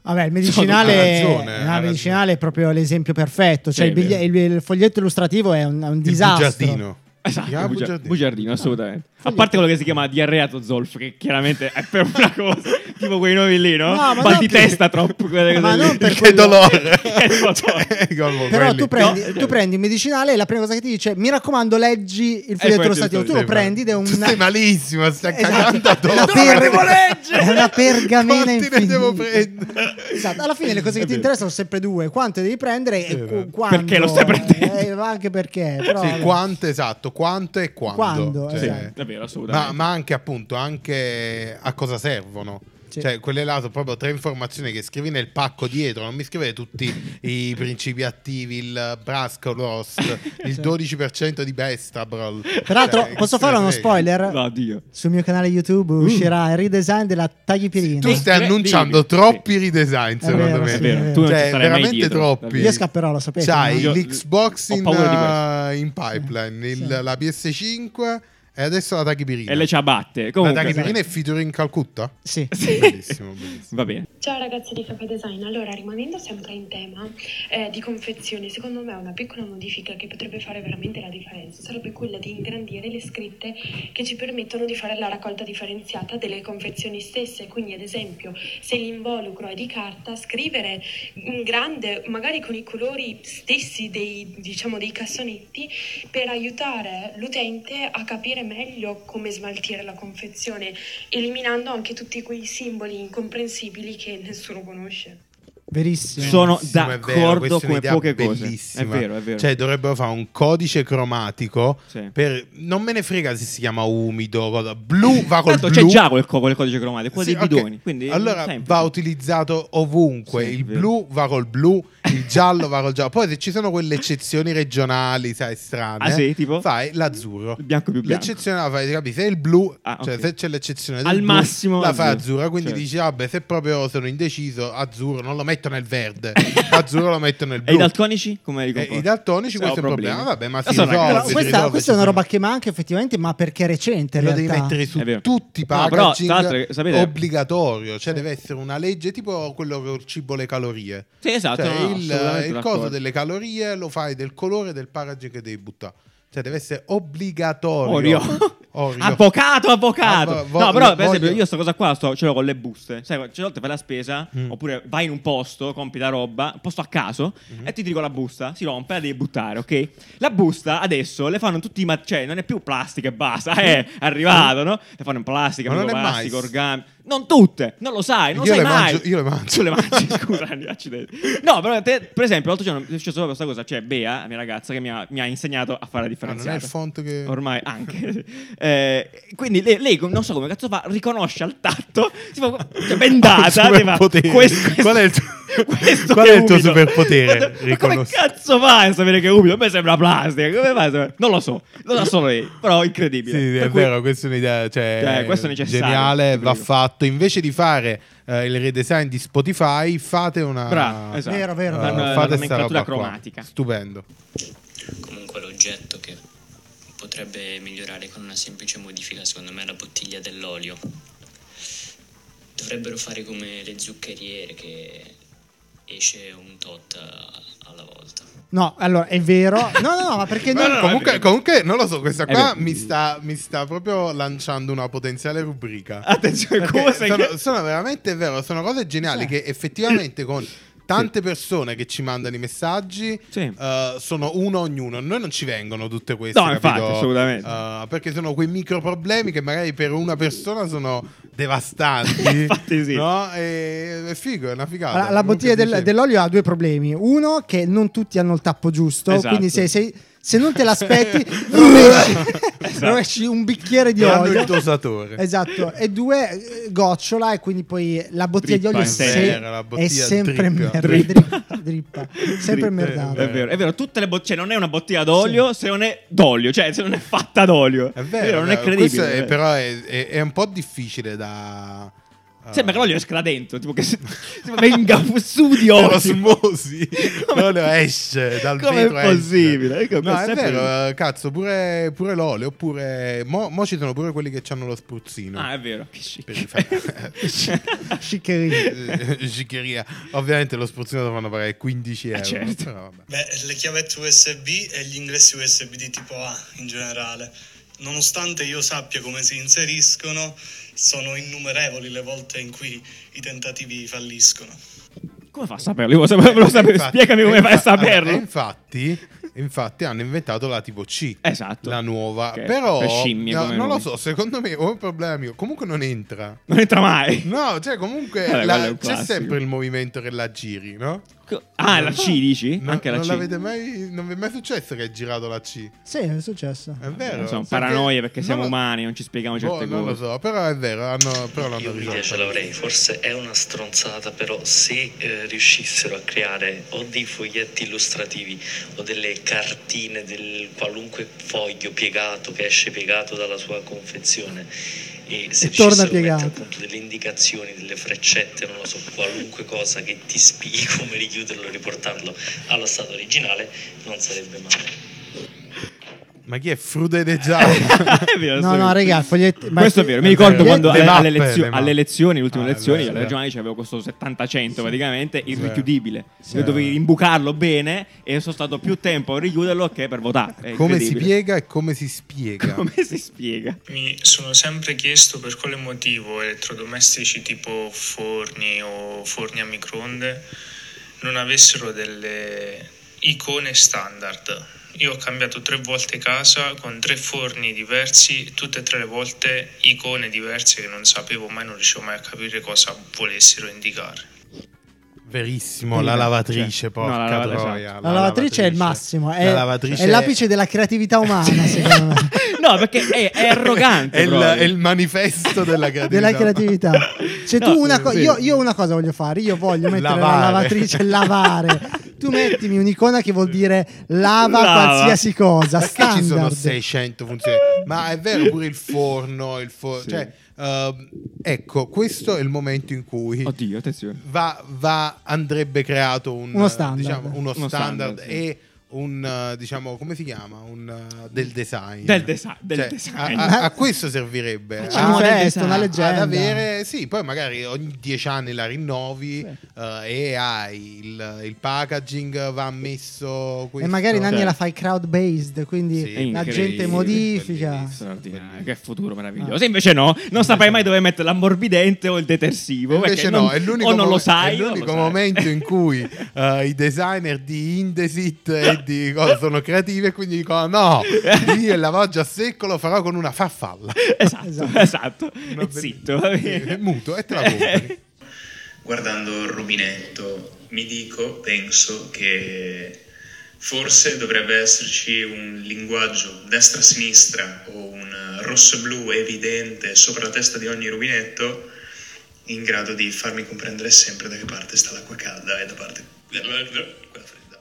Vabbè, il
Ha
medicinale,
ragione,
no,
ha
il
ragione.
medicinale è proprio l'esempio perfetto. Cioè,
Sì,
il, bigli-
è
il- il foglietto illustrativo è un, è un
Il
disastro.
bugiardino.
esatto
Si chiama
bugia-
bugiardino?
bugiardino, assolutamente a
Foglietto.
parte quello che si chiama diarreato zolf che chiaramente è per una cosa tipo quei nomi lì no?
No, ma
mal
non
di
che-
testa troppo quelle
Ma
cose lì.
non per
Che
quello-
dolore.
Che dolore.
Cioè,
Però
come quelli. eh,
tu prendi, tu prendi un medicinale e la prima cosa che ti dice, mi raccomando, leggi il foglietto
foglietto
illustrativo. Tu lo
Sì, ma-
prendi ed è un...
Stai malissimo, stai
Esatto.
cagando addosso.
È una
devo leggere?
È una pergamena
Quanti ne devo
infinita.
prendere?
Esatto, alla fine le cose che ti
È vero.
interessano sono sempre due, quante devi prendere
Sì,
e
è
cu-
vero.
quando.
Perché lo stai prendendo?
Eh, ma anche perché, però
Sì,
vabbè.
quanto esatto, quanto e quando.
Quando,
Cioè,
esatto.
è vero assolutamente
ma, ma anche appunto anche a cosa servono.
Sì.
Cioè, quelle là sono proprio tre informazioni che scrivi nel pacco dietro. Non mi scrivete tutti i principi attivi, il Brascolos, il 12% di Bestabrol.
Cioè. Peraltro,
Cioè,
posso
chi se
fare
ne
uno
frega?
spoiler?
No, Dio.
Sul mio canale YouTube uscirà il redesign della tagliepirina.
Mm. Tu stai
Sì,
annunciando
eh, sì.
troppi redesign,
È
secondo
vero,
me.
sì, è vero.
Tu non ci
Cioè,
starai mai
veramente
dietro,
troppi.
Io scapperò, lo sapete.
C'hai
Io-
l'Xbox
ho
in,
paura di
uh, in pipeline, il-
Sì.
la PS5 e adesso la Tachipirina.
e le ciabatte
La
comunque
Tachipirina è featuring Calcutta?
Sì.
Sì.
Bellissimo, bellissimo.
va bene
Ciao ragazzi di Cafe Design, allora rimanendo sempre in tema eh, di confezioni, secondo me una piccola modifica che potrebbe fare veramente la differenza sarebbe quella di ingrandire le scritte che ci permettono di fare la raccolta differenziata delle confezioni stesse, quindi ad esempio se l'involucro è di carta scrivere in grande, magari con i colori stessi dei, diciamo, dei cassonetti, per aiutare l'utente a capire meglio come smaltire la confezione, eliminando anche tutti quei simboli incomprensibili che nessuno conosce.
Verissimo.
sono
Bellissimo, è vero,
d'accordo
questa è
come
un'idea
poche cose è
bellissima.
vero è vero
Cioè, dovrebbero fare un codice cromatico.
Sì.
Per... Non me ne frega se si chiama umido. cosa- Blu va col
Tanto
blu.
c'è già quel, co- quel codice cromatico, quello
Sì,
dei bidoni.
ok.
Quindi
allora
semplice.
va utilizzato ovunque.
Sì,
il
vero.
blu va col blu, il giallo va col giallo. Poi, se ci sono quelle eccezioni regionali, sai, strane,
Ah, sì? Tipo?
fai l'azzurro.
Il bianco più bianco.
L'eccezione la fai, capi? Se il blu,
Ah,
cioè
ok.
se c'è l'eccezione del
Al
blu,
massimo
la fai
azzurro.
azzurra. Quindi
Certo.
dici, vabbè, se proprio sono indeciso, azzurro non lo metto nel verde, azzurro lo metto nel
E i
blu.
daltonici? Come li
Eh,
comporti?
I daltonici,
Sono
questo è un
problemi. Eh,
problema. Vabbè, ma si
Sono
risolve,
Però
d'accordo.
si
questa,
risolve,
questa è
ci
una roba
sono-
che manca effettivamente, ma perché è recente. in
Lo devi
realtà.
mettere su
È vero.
tutti i
No, però,
packaging
tra l'altro, sapete-
obbligatorio, cioè deve essere una legge tipo quello che il cibo le calorie.
Sì, esatto.
Cioè,
no, no,
il,
assolutamente
il
d'accordo.
coso delle calorie lo fai del colore del packaging che devi buttare. Cioè deve essere obbligatorio.
Oreo.
Oreo.
Avvocato, avvocato.
Ah, vo-
no, però, per
voglio-
esempio, io sto cosa qua sto, ce l'ho con le buste. Sai, cioè, certe volte fai la spesa,
Mm.
oppure vai in un posto, compri la roba, un posto a caso,
Mm-hmm.
e ti dico la busta, si rompe, la devi buttare, ok? La busta adesso le fanno in tutti i ma- cioè non è più plastica e basta, eh, è arrivato, no? Le fanno in plastica,
Mm. Ma non è
plastica,
mais.
organico. Non tutte, non lo sai, non
Io
lo sai
le
mai.
mangio- io le mangio.
Tu le mangi, scusa, Anni, accidenti. No, però te- per esempio, l'altro giorno mi è successo proprio questa cosa, cioè Bea, la mia ragazza, che mi ha, mi ha insegnato a fare la
Ah, non è il
differenziata.
font che...
Ormai anche. sì. Eh, quindi lei, lei, non so come cazzo fa, riconosce al tatto, si fa, cioè, bendata. ti
Il
fa,
superpotere. Qual è il tuo-
questo
qual
che
è il tuo
umido.
superpotere?
Ma- Ma come
Riconosci.
cazzo fai a sapere che è umido? A me sembra plastica. Come fai a sapere? Non lo so, lo sa solo lei, però
Sì,
incredibile. Per
è
cui-
vero, questa è un'idea cioè,
Cioè, questo è necessario,
geniale,
ti prego.
va fatto. Invece di fare eh, il redesign di Spotify, fate una...
Bravo, esatto.
Vero,
eh,
vero.
Una- una
fate sta
nomenclatura
roba qua.
cromatica.
Stupendo.
comunque l'oggetto che potrebbe migliorare con una semplice modifica, secondo me, è la bottiglia dell'olio. Dovrebbero fare come le zuccheriere che esce un tot a- alla volta.
No, allora è vero. No, no, no, ma perché
Ma
noi.
no, no, comunque,
vero.
comunque, non lo so, questa
È
qua
vero.
mi sta, mi sta proprio lanciando una potenziale rubrica.
Attenzione,
Perché
cose
Cioè, sono,
che...
sono veramente vero, sono cose geniali
Sì.
che effettivamente con tante persone che ci mandano i messaggi
Sì.
eh, sono uno ognuno. Noi non ci vengono tutte queste.
No,
capito?
infatti, assolutamente.
Eh, perché sono quei micro problemi che magari per una persona sono devastanti.
Infatti sì.
No? E, è figo, è una figata.
Allora, la
Comunque
bottiglia del-
dicevi-
dell'olio ha due problemi. Uno, che non tutti hanno il tappo giusto.
Esatto.
Quindi, se, se- se non te l'aspetti, rovesci,
Esatto.
rovesci un bicchiere di
E hanno
olio.
il dosatore.
Esatto. E due, eh, gocciola. E quindi poi la bottiglia
Drippa,
di olio
è
se-
vero, la
è
bottiglia
sempre
drippa. Eh.
merda.
Drippa.
drippa, drippa, Sempre
Sì,
merdata.
È vero, è vero, tutte le bottiglie, non è una bottiglia d'olio se non è d'olio, cioè se non è fatta d'olio.
È vero,
non
è
è
vero.
credibile.
Questo è-
è vero.
però è, è- è un po' difficile da.
Sembra che l'olio esca da dentro, tipo che se- venga fu- su di
Per
olio.
osmosi. l'olio esce dal
Com'è
vetro, esce.
possibile? Ecco,
no,
questo
è
è
vero, eh, cazzo, pure, pure l'olio, oppure... Mo, mo ci sono pure quelli che hanno lo spruzzino.
Ah, è vero.
Per rifare-
Sciccheria.
Eh, Sciccheria. Ovviamente lo spruzzino lo fanno pagare 15 euro.
certo.
però vabbè.
Beh, le chiavette USB e gli ingressi USB di tipo A in generale. Nonostante io sappia come si inseriscono, sono innumerevoli le volte in cui i tentativi falliscono.
Come fa a saperlo? Io volevo saperlo, volevo sapere-
Eh, Infatti-
Spiegami come fai a
infatti-
saperlo.
eh, Infatti, infatti hanno inventato la tipo C.
Esatto.
La nuova.
Che
Però...
è scimmie
no,
come
non lo
nome.
so, secondo me o è un problema mio. Comunque non entra.
Non entra mai.
No, cioè comunque
Vabbè,
la-
Eh, quello è un
c'è
classico.
sempre il movimento che la giri, no?
Ah, la C dici?
No,
Anche la
non
C.
l'avete mai, non vi è mai successo che hai girato la C.
Sì, è successo.
È vero.
Sono
Perché-
paranoie perché siamo
non lo-
umani, non ci spieghiamo
Boh,
certe
non lo
cose.
so, però è vero, hanno, però l'hanno
Io l'idea ce
risolto.
l'avrei, forse è una stronzata, però se eh, riuscissero a creare o dei foglietti illustrativi o delle cartine del qualunque foglio piegato che esce piegato dalla sua confezione e se
E
riuscissero
torna
a mettere
piegato.
appunto delle indicazioni, delle freccette, non lo so, qualunque cosa che ti spieghi come richiuderlo e riportarlo allo stato originale, non sarebbe male.
Ma chi è frudedeggiato?
È vero,
No,
sì.
no, raga, il foglietto. ma-
questo è vero, mi
È
ricordo
vero.
quando
Le
alle,
mappe,
alle elezio-
le mappe.
alle elezioni, le ultime
Ah, è
elezioni, alle
vero, è vero.
regionali c'avevo questo 70-100 praticamente irrichiudibile.
Sì.
Io dovevi imbucarlo bene e sono stato più tempo a richiuderlo che per votare. È
come si
incredibile.
piega e come si spiega?
Come si spiega?
Mi sono sempre chiesto per quale motivo elettrodomestici tipo forni o forni a microonde non avessero delle icone standard. Io ho cambiato tre volte casa con tre forni diversi, tutte e tre le volte icone diverse che non sapevo mai, non riuscivo mai a capire cosa volessero indicare.
Verissimo,
Sì,
la
beh,
lavatrice,
cioè,
porca
no, la lava-
troia.
esatto.
La lavatrice è il massimo, è,
La
è l'apice della creatività umana, secondo me.
No, perché è, è arrogante.
è, il,
proprio.
è il manifesto della creatività.
della creatività. Se tu
No,
una cosa
sì.
io, io una cosa voglio fare, io voglio mettere la
Lavare.
lavatrice e lavare. Tu mettimi un'icona che vuol dire lava,
Lava.
qualsiasi cosa,
Perché
standard.
ci sono 600 funzioni? Ma è vero pure il forno, il forno
Sì.
cioè, ehm, ecco, questo è il momento in cui
Oddio, attenzione.
va, va- andrebbe creato un,
Uno standard.
diciamo, uno
Uno
standard
standard, sì.
e un eh, diciamo come si chiama un eh, del design
Del desi- del
Cioè,
design.
a, a- a questo servirebbe
Ci
a-
vuole
Ah,
questo, una
ad
leggenda.
ad avere sì poi magari ogni dieci anni la rinnovi eh, e hai il, il packaging va messo
E
questo.
magari Nanni
Certo.
la fai crowd based, quindi
Sì,
la gente
incredibile,
modifica.
bellissimo.
Straordinario, Che futuro meraviglioso.
Ah.
Invece no, non saprei mai dove mettere l'ammorbidente o il detersivo.
Invece
perché
no,
non-
è l'unico,
o non lo
momen-
sai. o
è
non lo
l'unico
sai.
momento in cui eh, i designer di Indesit e di cosa sono creativi e quindi dicono no, io il lavaggio a secco lo farò con una farfalla.
esatto, esatto.
Una
E
bell-
zitto. va bene.
Sì, è muto e te la compri.
guardando il rubinetto mi dico, penso che forse dovrebbe esserci un linguaggio destra-sinistra o un rosso-blu evidente sopra la testa di ogni rubinetto in grado di farmi comprendere sempre da che parte sta l'acqua calda e da parte quella fredda.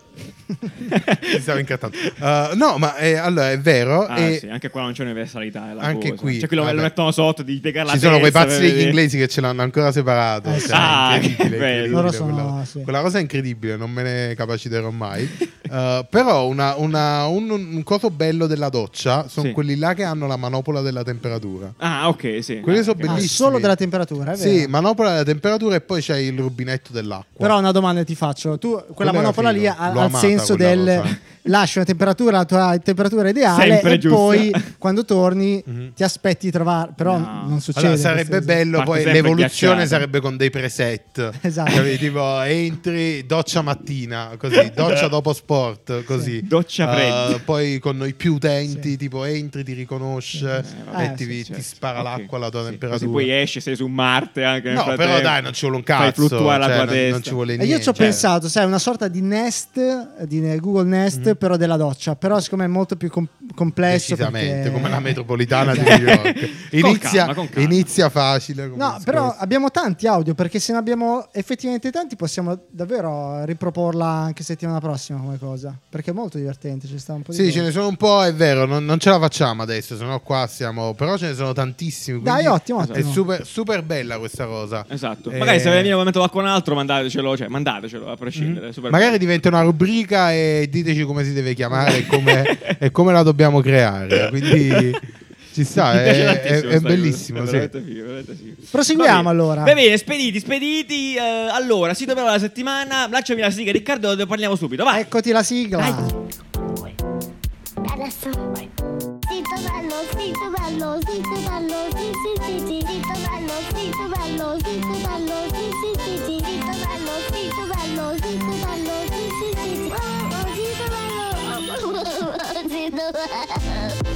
Mi stavo incartando. Uh, no, ma eh, allora è vero.
Ah,
e
sì, anche qua non c'è universalità. è la
Eh, Anche
cosa.
qui,
Cioè, quello
vabbè.
lo mettono sotto di piegare la
ci sono quei
testa,
pazzi degli
eh,
inglesi che ce l'hanno ancora separato.
Eh,
cioè,
sì.
è
Ah, che
incredibile,
bello.
incredibile
Loro sono-
quella,
sì.
quella cosa è incredibile, non me ne capaciterò mai. Uh, però una- una- un, un coso bello della doccia sono
Sì.
quelli là che hanno la manopola della temperatura.
Ah, ok, sì.
Quelle
Ah,
sono
ok.
Ah,
bellissimi.
solo della temperatura, è vero.
Sì, manopola della temperatura e poi c'è il rubinetto dell'acqua.
Però una domanda ti faccio. Tu,
Quello
quella
era
manopola lì
figo.
ha, ha
L'ho
il
amata
senso
quella
del
cosa.
lasci una temperatura, la tua temperatura ideale
Sempre
e
giusta.
poi quando torni
Mhm.
ti aspetti di trovare, però
No.
non succede.
Allora, sarebbe
questa cosa.
bello,
Parte
poi
sempre
l'evoluzione
ghiacciata.
sarebbe con dei preset.
Esatto.
Capito? Tipo entri, doccia mattina, così, doccia dopo sport, così.
Doccia
Eh,
fredda.
poi con i più utenti,
Sì.
tipo entri, ti riconosce
Eh,
e
vabbè,
ti,
sì,
ti
certo.
spara
Ok.
l'acqua alla tua
Sì,
temperatura.
Così poi esci, sei su Marte anche. nel
no, però
frattempo.
dai, non ci vuole un
Fai
cazzo.
fluttuare la
cioè,
tua
non,
testa.
non ci vuole
E
niente.
io ci ho
cioè.
pensato, sai, una sorta di Nest, eh, di ne- Google Nest,
Mm-hmm.
però della doccia, però siccome è molto più com- complesso.
Decisamente,
perché-
come la metropolitana di
Esatto.
New York.
Con
Inizia,
calma, con calma.
inizia facile. come
No, però
discorso.
abbiamo tanti audio perché se ne abbiamo effettivamente tanti possiamo davvero riproporla anche settimana prossima come cosa, perché è molto divertente, ci sta un po' di
Sì,
roba.
ce ne sono un po', è vero, non, non ce la facciamo adesso, sennò qua siamo... Però ce ne sono tantissimi.
Dai,
quindi
ottimo,
È
ottimo.
super, super bella questa cosa.
Esatto.
Eh,
Magari se viene un momento qualcun altro, mandatecelo, cioè, mandatecelo a prescindere.
Mm.
super
Magari
bello.
diventa una rubrica e diteci come si deve chiamare e come, e come la dobbiamo creare. Quindi ci sta, eh,
Mi
è,
piace tantissimo
è- è
sta cosa,
bellissimo.
è
sì.
veramente figo, veramente figo.
Proseguiamo,
Va bene.
allora.
Va bene, spediti, spediti. eh, allora, sito per la settimana. Lanciami la sigla, Riccardo, ne parliamo subito. Vai.
Ecco.
Eccoti la sigla.
Dai.
Adesso. Zitto bello, zitto bello, zitto bello, sì sì sì sì, zitto bello, zitto bello, zitto bello, sì sì sì sì, zitto bello, zitto bello, zitto bello, sì sì sì sì, oh oh, zitto bello, oh, oh, oh, zitto bello.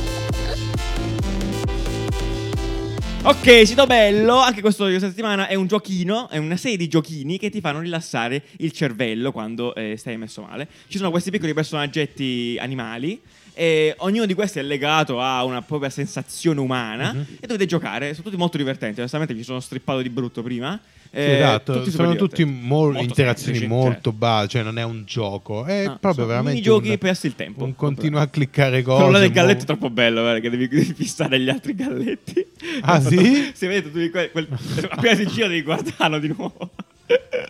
Ok, sito bello. Anche questo di questa settimana è un giochino, è una serie di giochini che ti fanno rilassare il cervello quando eh, stai messo male. Ci sono questi piccoli personaggetti animali. E ognuno di questi è legato a una propria sensazione umana
Mhm.
e dovete giocare, sono tutti molto divertenti. Onestamente, mi sono strippato di brutto prima.
Sì,
Eh,
esatto,
super
sono tutti
divertenti.
mol-
Molto
interazioni
semplici,
molto
cioè.
basse, cioè non è un gioco, è
Ah,
Eh, proprio
sono
veramente
minigiochi
un,
per persi il tempo.
un continuo a cliccare cose.
Quello là del
muo-
galletto è troppo bello, guarda, che devi devi fissare gli altri galletti.
Ah, sì?
Se vedete tu quel, quel, appena si gira devi guardarlo di nuovo.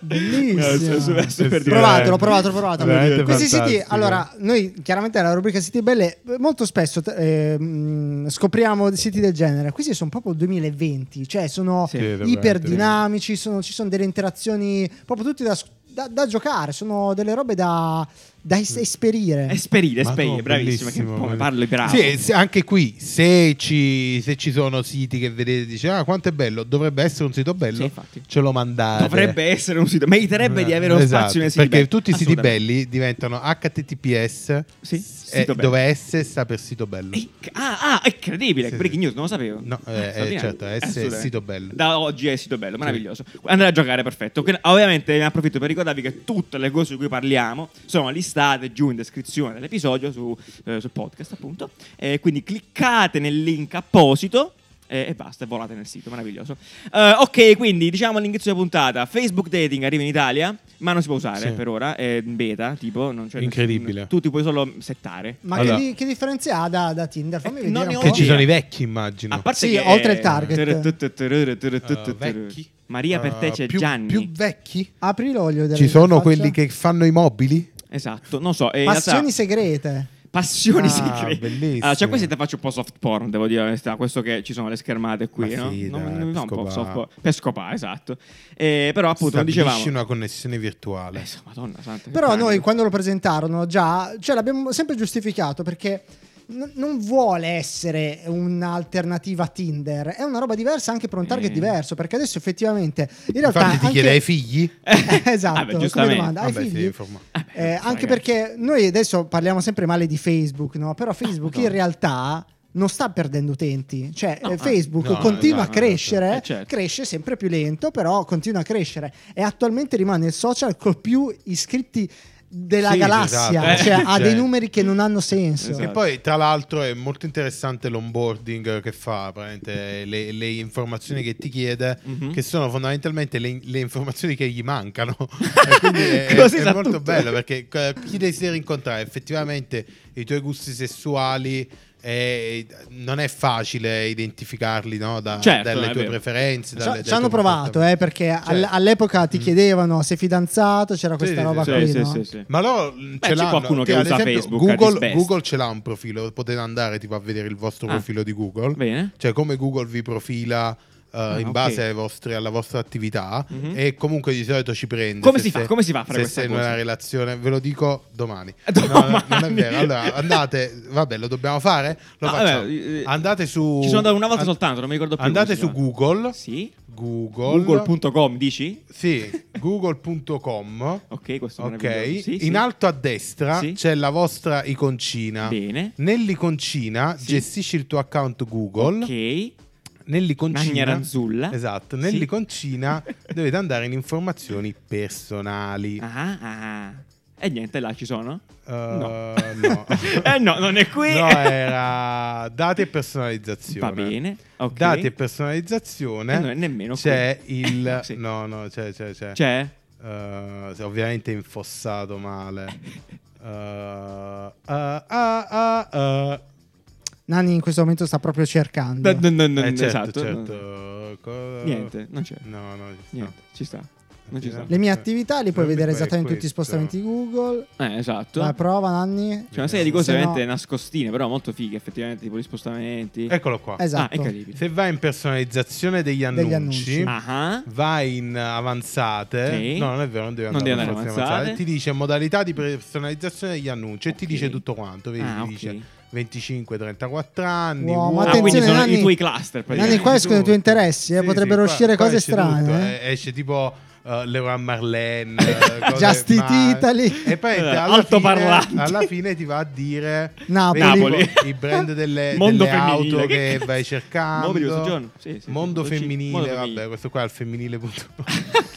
Bellissimo.
Eh,
No, è super- è super
Sì,
Provatelo,
eh.
provatelo, provatelo.
Veramente
Questi siti,
fantastico.
allora, noi chiaramente alla rubrica Siti Belle molto spesso eh, mh, scopriamo siti del genere. Questi sono proprio 2020, cioè sono
Sì, veramente.
iperdinamici, sono- ci sono delle interazioni proprio tutte da, da- da giocare, sono delle robe da, da es- esperire.
Esperire,
Ma
esperire,
no,
bravissimo. Che
bellissimo,
come
bellissimo.
parlo bravo.
Sì, esatto. se- anche qui, se ci, se ci sono siti che vedete e dice ah quanto è bello, dovrebbe essere un sito bello,
Sì, infatti.
ce lo mandate.
Dovrebbe essere un sito, meriterebbe di avere uno
Esatto,
spazio nei siti
Perché
belli.
tutti i siti
Assolutamente.
belli diventano https
Sì,
eh,
sito bello.
dove S sta per sito bello.
Eh, c- Ah, ah, è incredibile,
Sì,
breaking
sì.
news, non lo sapevo.
No, eh, eh,
Straordinario.
certo, è S-
Assolutamente.
sito bello.
eh. Da oggi è sito bello, meraviglioso. Andare a giocare, perfetto. Quindi, ovviamente ne approfitto per ricordarvi che tutte le cose di cui parliamo sono listate giù in descrizione dell'episodio su, eh, sul podcast, appunto. Eh, quindi cliccate nel link apposito. eh, E basta, e volate nel sito, meraviglioso. Eh, ok, quindi diciamo all'inizio della puntata: Facebook Dating arriva in Italia, ma non si può usare
Sì.
per ora, è in beta, tipo, non c'è nessun-
Incredibile.
tu ti puoi solo settare.
Ma
Allora.
che, di- che differenza ha da, da Tinder? Fammi
Eh,
vedere.
non
un
ne ho
po'.
Che ci
idea.
sono i vecchi, immagino.
A parte
Sì,
che-
oltre il
Eh, vecchi.
Maria per te
Eh,
c'è
più-
Gianni.
Più vecchi?
Aprilo, voglio vedere
Ci
in
sono
faccia.
quelli che fanno i mobili?
Esatto, non so. eh, in realtà-
Passioni segrete.
Passioni
Ah,
segrete.
bellissimo.
Allora, cioè, queste te faccio un po' soft porn, devo dire la verità. Questo che ci sono le schermate qui,
Ma
no?
sì,
No,
dai,
no,
per
un po'
scopà.
soft porn. Per scopà, esatto. Eh, però, appunto, non
Stabilisci
dicevamo.
una connessione virtuale.
Eh, so- Madonna santa.
Certo,
che
Però
panico.
noi quando lo presentarono già, cioè l'abbiamo sempre giustificato perché n- non vuole essere un'alternativa a Tinder, è una roba diversa anche per un target
Eh.
diverso, perché adesso effettivamente in realtà...
Mm. Infatti ti
anche-
chiede ai figli?
esatto,
Vabbè,
come
giustamente.
domanda, hai
Vabbè,
figli?
sì, informa-
Eh, anche
ragazzi.
perché noi adesso parliamo sempre male di Facebook, no?
Ah,
Però Facebook
Madonna.
in realtà non sta perdendo utenti, cioè
No,
eh,
ah,
Facebook
no,
continua
esatto,
a crescere,
esatto. Eh, certo.
cresce sempre più lento, però continua a crescere e attualmente rimane il social con più iscritti della
Sì,
galassia,
esatto.
cioè
Eh,
ha
cioè-
dei numeri che non hanno senso.
Esatto.
E poi, tra l'altro, è molto interessante l'onboarding che fa, praticamente, le, le informazioni che ti chiede,
Mhm.
che sono fondamentalmente le, le informazioni che gli mancano. E quindi è, è-
Così
è
sa
molto
tutto.
bello perché eh, chi desideri incontrare effettivamente i tuoi gusti sessuali. eh, non è facile identificarli no, da-
Certo,
dalle
è
tue
vero.
preferenze.
Ci-
dalle- dai
Ci hanno
tuoi
provato, eh,
comportamenti.
perché
Cioè,
all- all'epoca ti
Mm.
chiedevano sei fidanzato, c'era
Sì,
questa
sì,
roba
sì,
qui.
Sì, sì,
no?
sì, sì.
Ma loro ce
c'è
l'hanno.
qualcuno che
ad
usa
esempio,
Facebook, at its
Google,
best.
Google ce l'ha un profilo. Potete andare tipo a vedere il vostro
Ah.
profilo di Google.
Bene.
Cioè, come Google vi profila. eh, in
Ah, ok.
base ai vostri- alla vostra attività
Mhm.
e comunque di solito ci prende
Come
se
si fa?
sei-
Come si fa a fare
se
questa
sei in
cosa?
una relazione ve lo dico domani, No,
Domani.
non è vero allora andate vabbè lo dobbiamo fare lo
No,
facciamo.
vabbè, eh,
andate su
Ci sono andato una volta
an-
soltanto, non mi ricordo più. come
andate su
si chiama.
Google
Sì.
Google
Google.com dici?
sì google.com
Ok, Oh, questo
Ok,
meraviglioso. Sì,
in
sì.
alto a destra
Sì.
c'è la vostra iconcina.
Bene.
Nell'iconcina
Sì.
gestisci il tuo account Google.
Ok. Magna
Nell'iconcina
Ranzulla.
Esatto,
Sì.
nell'iconcina dovete andare in informazioni personali.
Ah, ah, ah. E niente, là ci sono.
Eh,
no.
no.
eh no, non è qui.
No, era dati e personalizzazione.
Va bene. ok.
Dati e personalizzazione.
Eh, non è nemmeno
c'è
qui.
il
Sì.
No, no, c'è c'è c'è.
C'è?
Eh, sì, ovviamente infossato male. Eh, ah, ah, ah, ah.
Nani in questo momento sta proprio cercando.
No, no, no, no,
Eh, certo,
esatto.
certo. Co-
Niente, non c'è.
No, no, ci sta.
Niente, ci sta. Non ci sta.
Le mie attività li puoi
Non mi
vedere
fai
esattamente tutti i
questo.
spostamenti di Google.
Eh, esatto. Cioè,
Dai, prova, Nanni.
C'è una serie di cose
Se no-
veramente nascostine, però molto fighe, effettivamente, tipo gli spostamenti.
Eccolo qua.
Ah, è
Esatto.
incredibile.
Se vai in personalizzazione degli annunci,
annunci.
Ah,
vai in avanzate.
Sì.
No, non è vero, non devi
Non
andare,
devi andare
forse in
avanzate.
Ti dice modalità di personalizzazione degli annunci e ti
Ok.
dice tutto quanto. Vedi,
Ah,
ti
ok.
dice 25-34 anni.
Wow, ma
ah
attenzione,
quindi sono
Nanni.
i tuoi cluster,
Nanni,
praticamente.
qua escono i tuoi interessi, eh,
Sì,
potrebbero
sì, qua-
uscire
qua
cose
esce tutto,
strane.
eh, Esce tipo eh, Leroy Marlene, eh, cose-
Just Eat
ma-
Italy.
E poi
Allora,
alla
altoparlanti.
fine, alla fine ti va a dire
Napoli.
vedi,
Napoli.
tipo, i brand delle,
Mondo
delle
femminile,
auto
che
che,
cazzo?
vai cercando.
Mobili questo giorno, sì, sì,
mondo,
sì,
femminile,
mondo femminile.
vabbè, questo qua è il femminile. punto.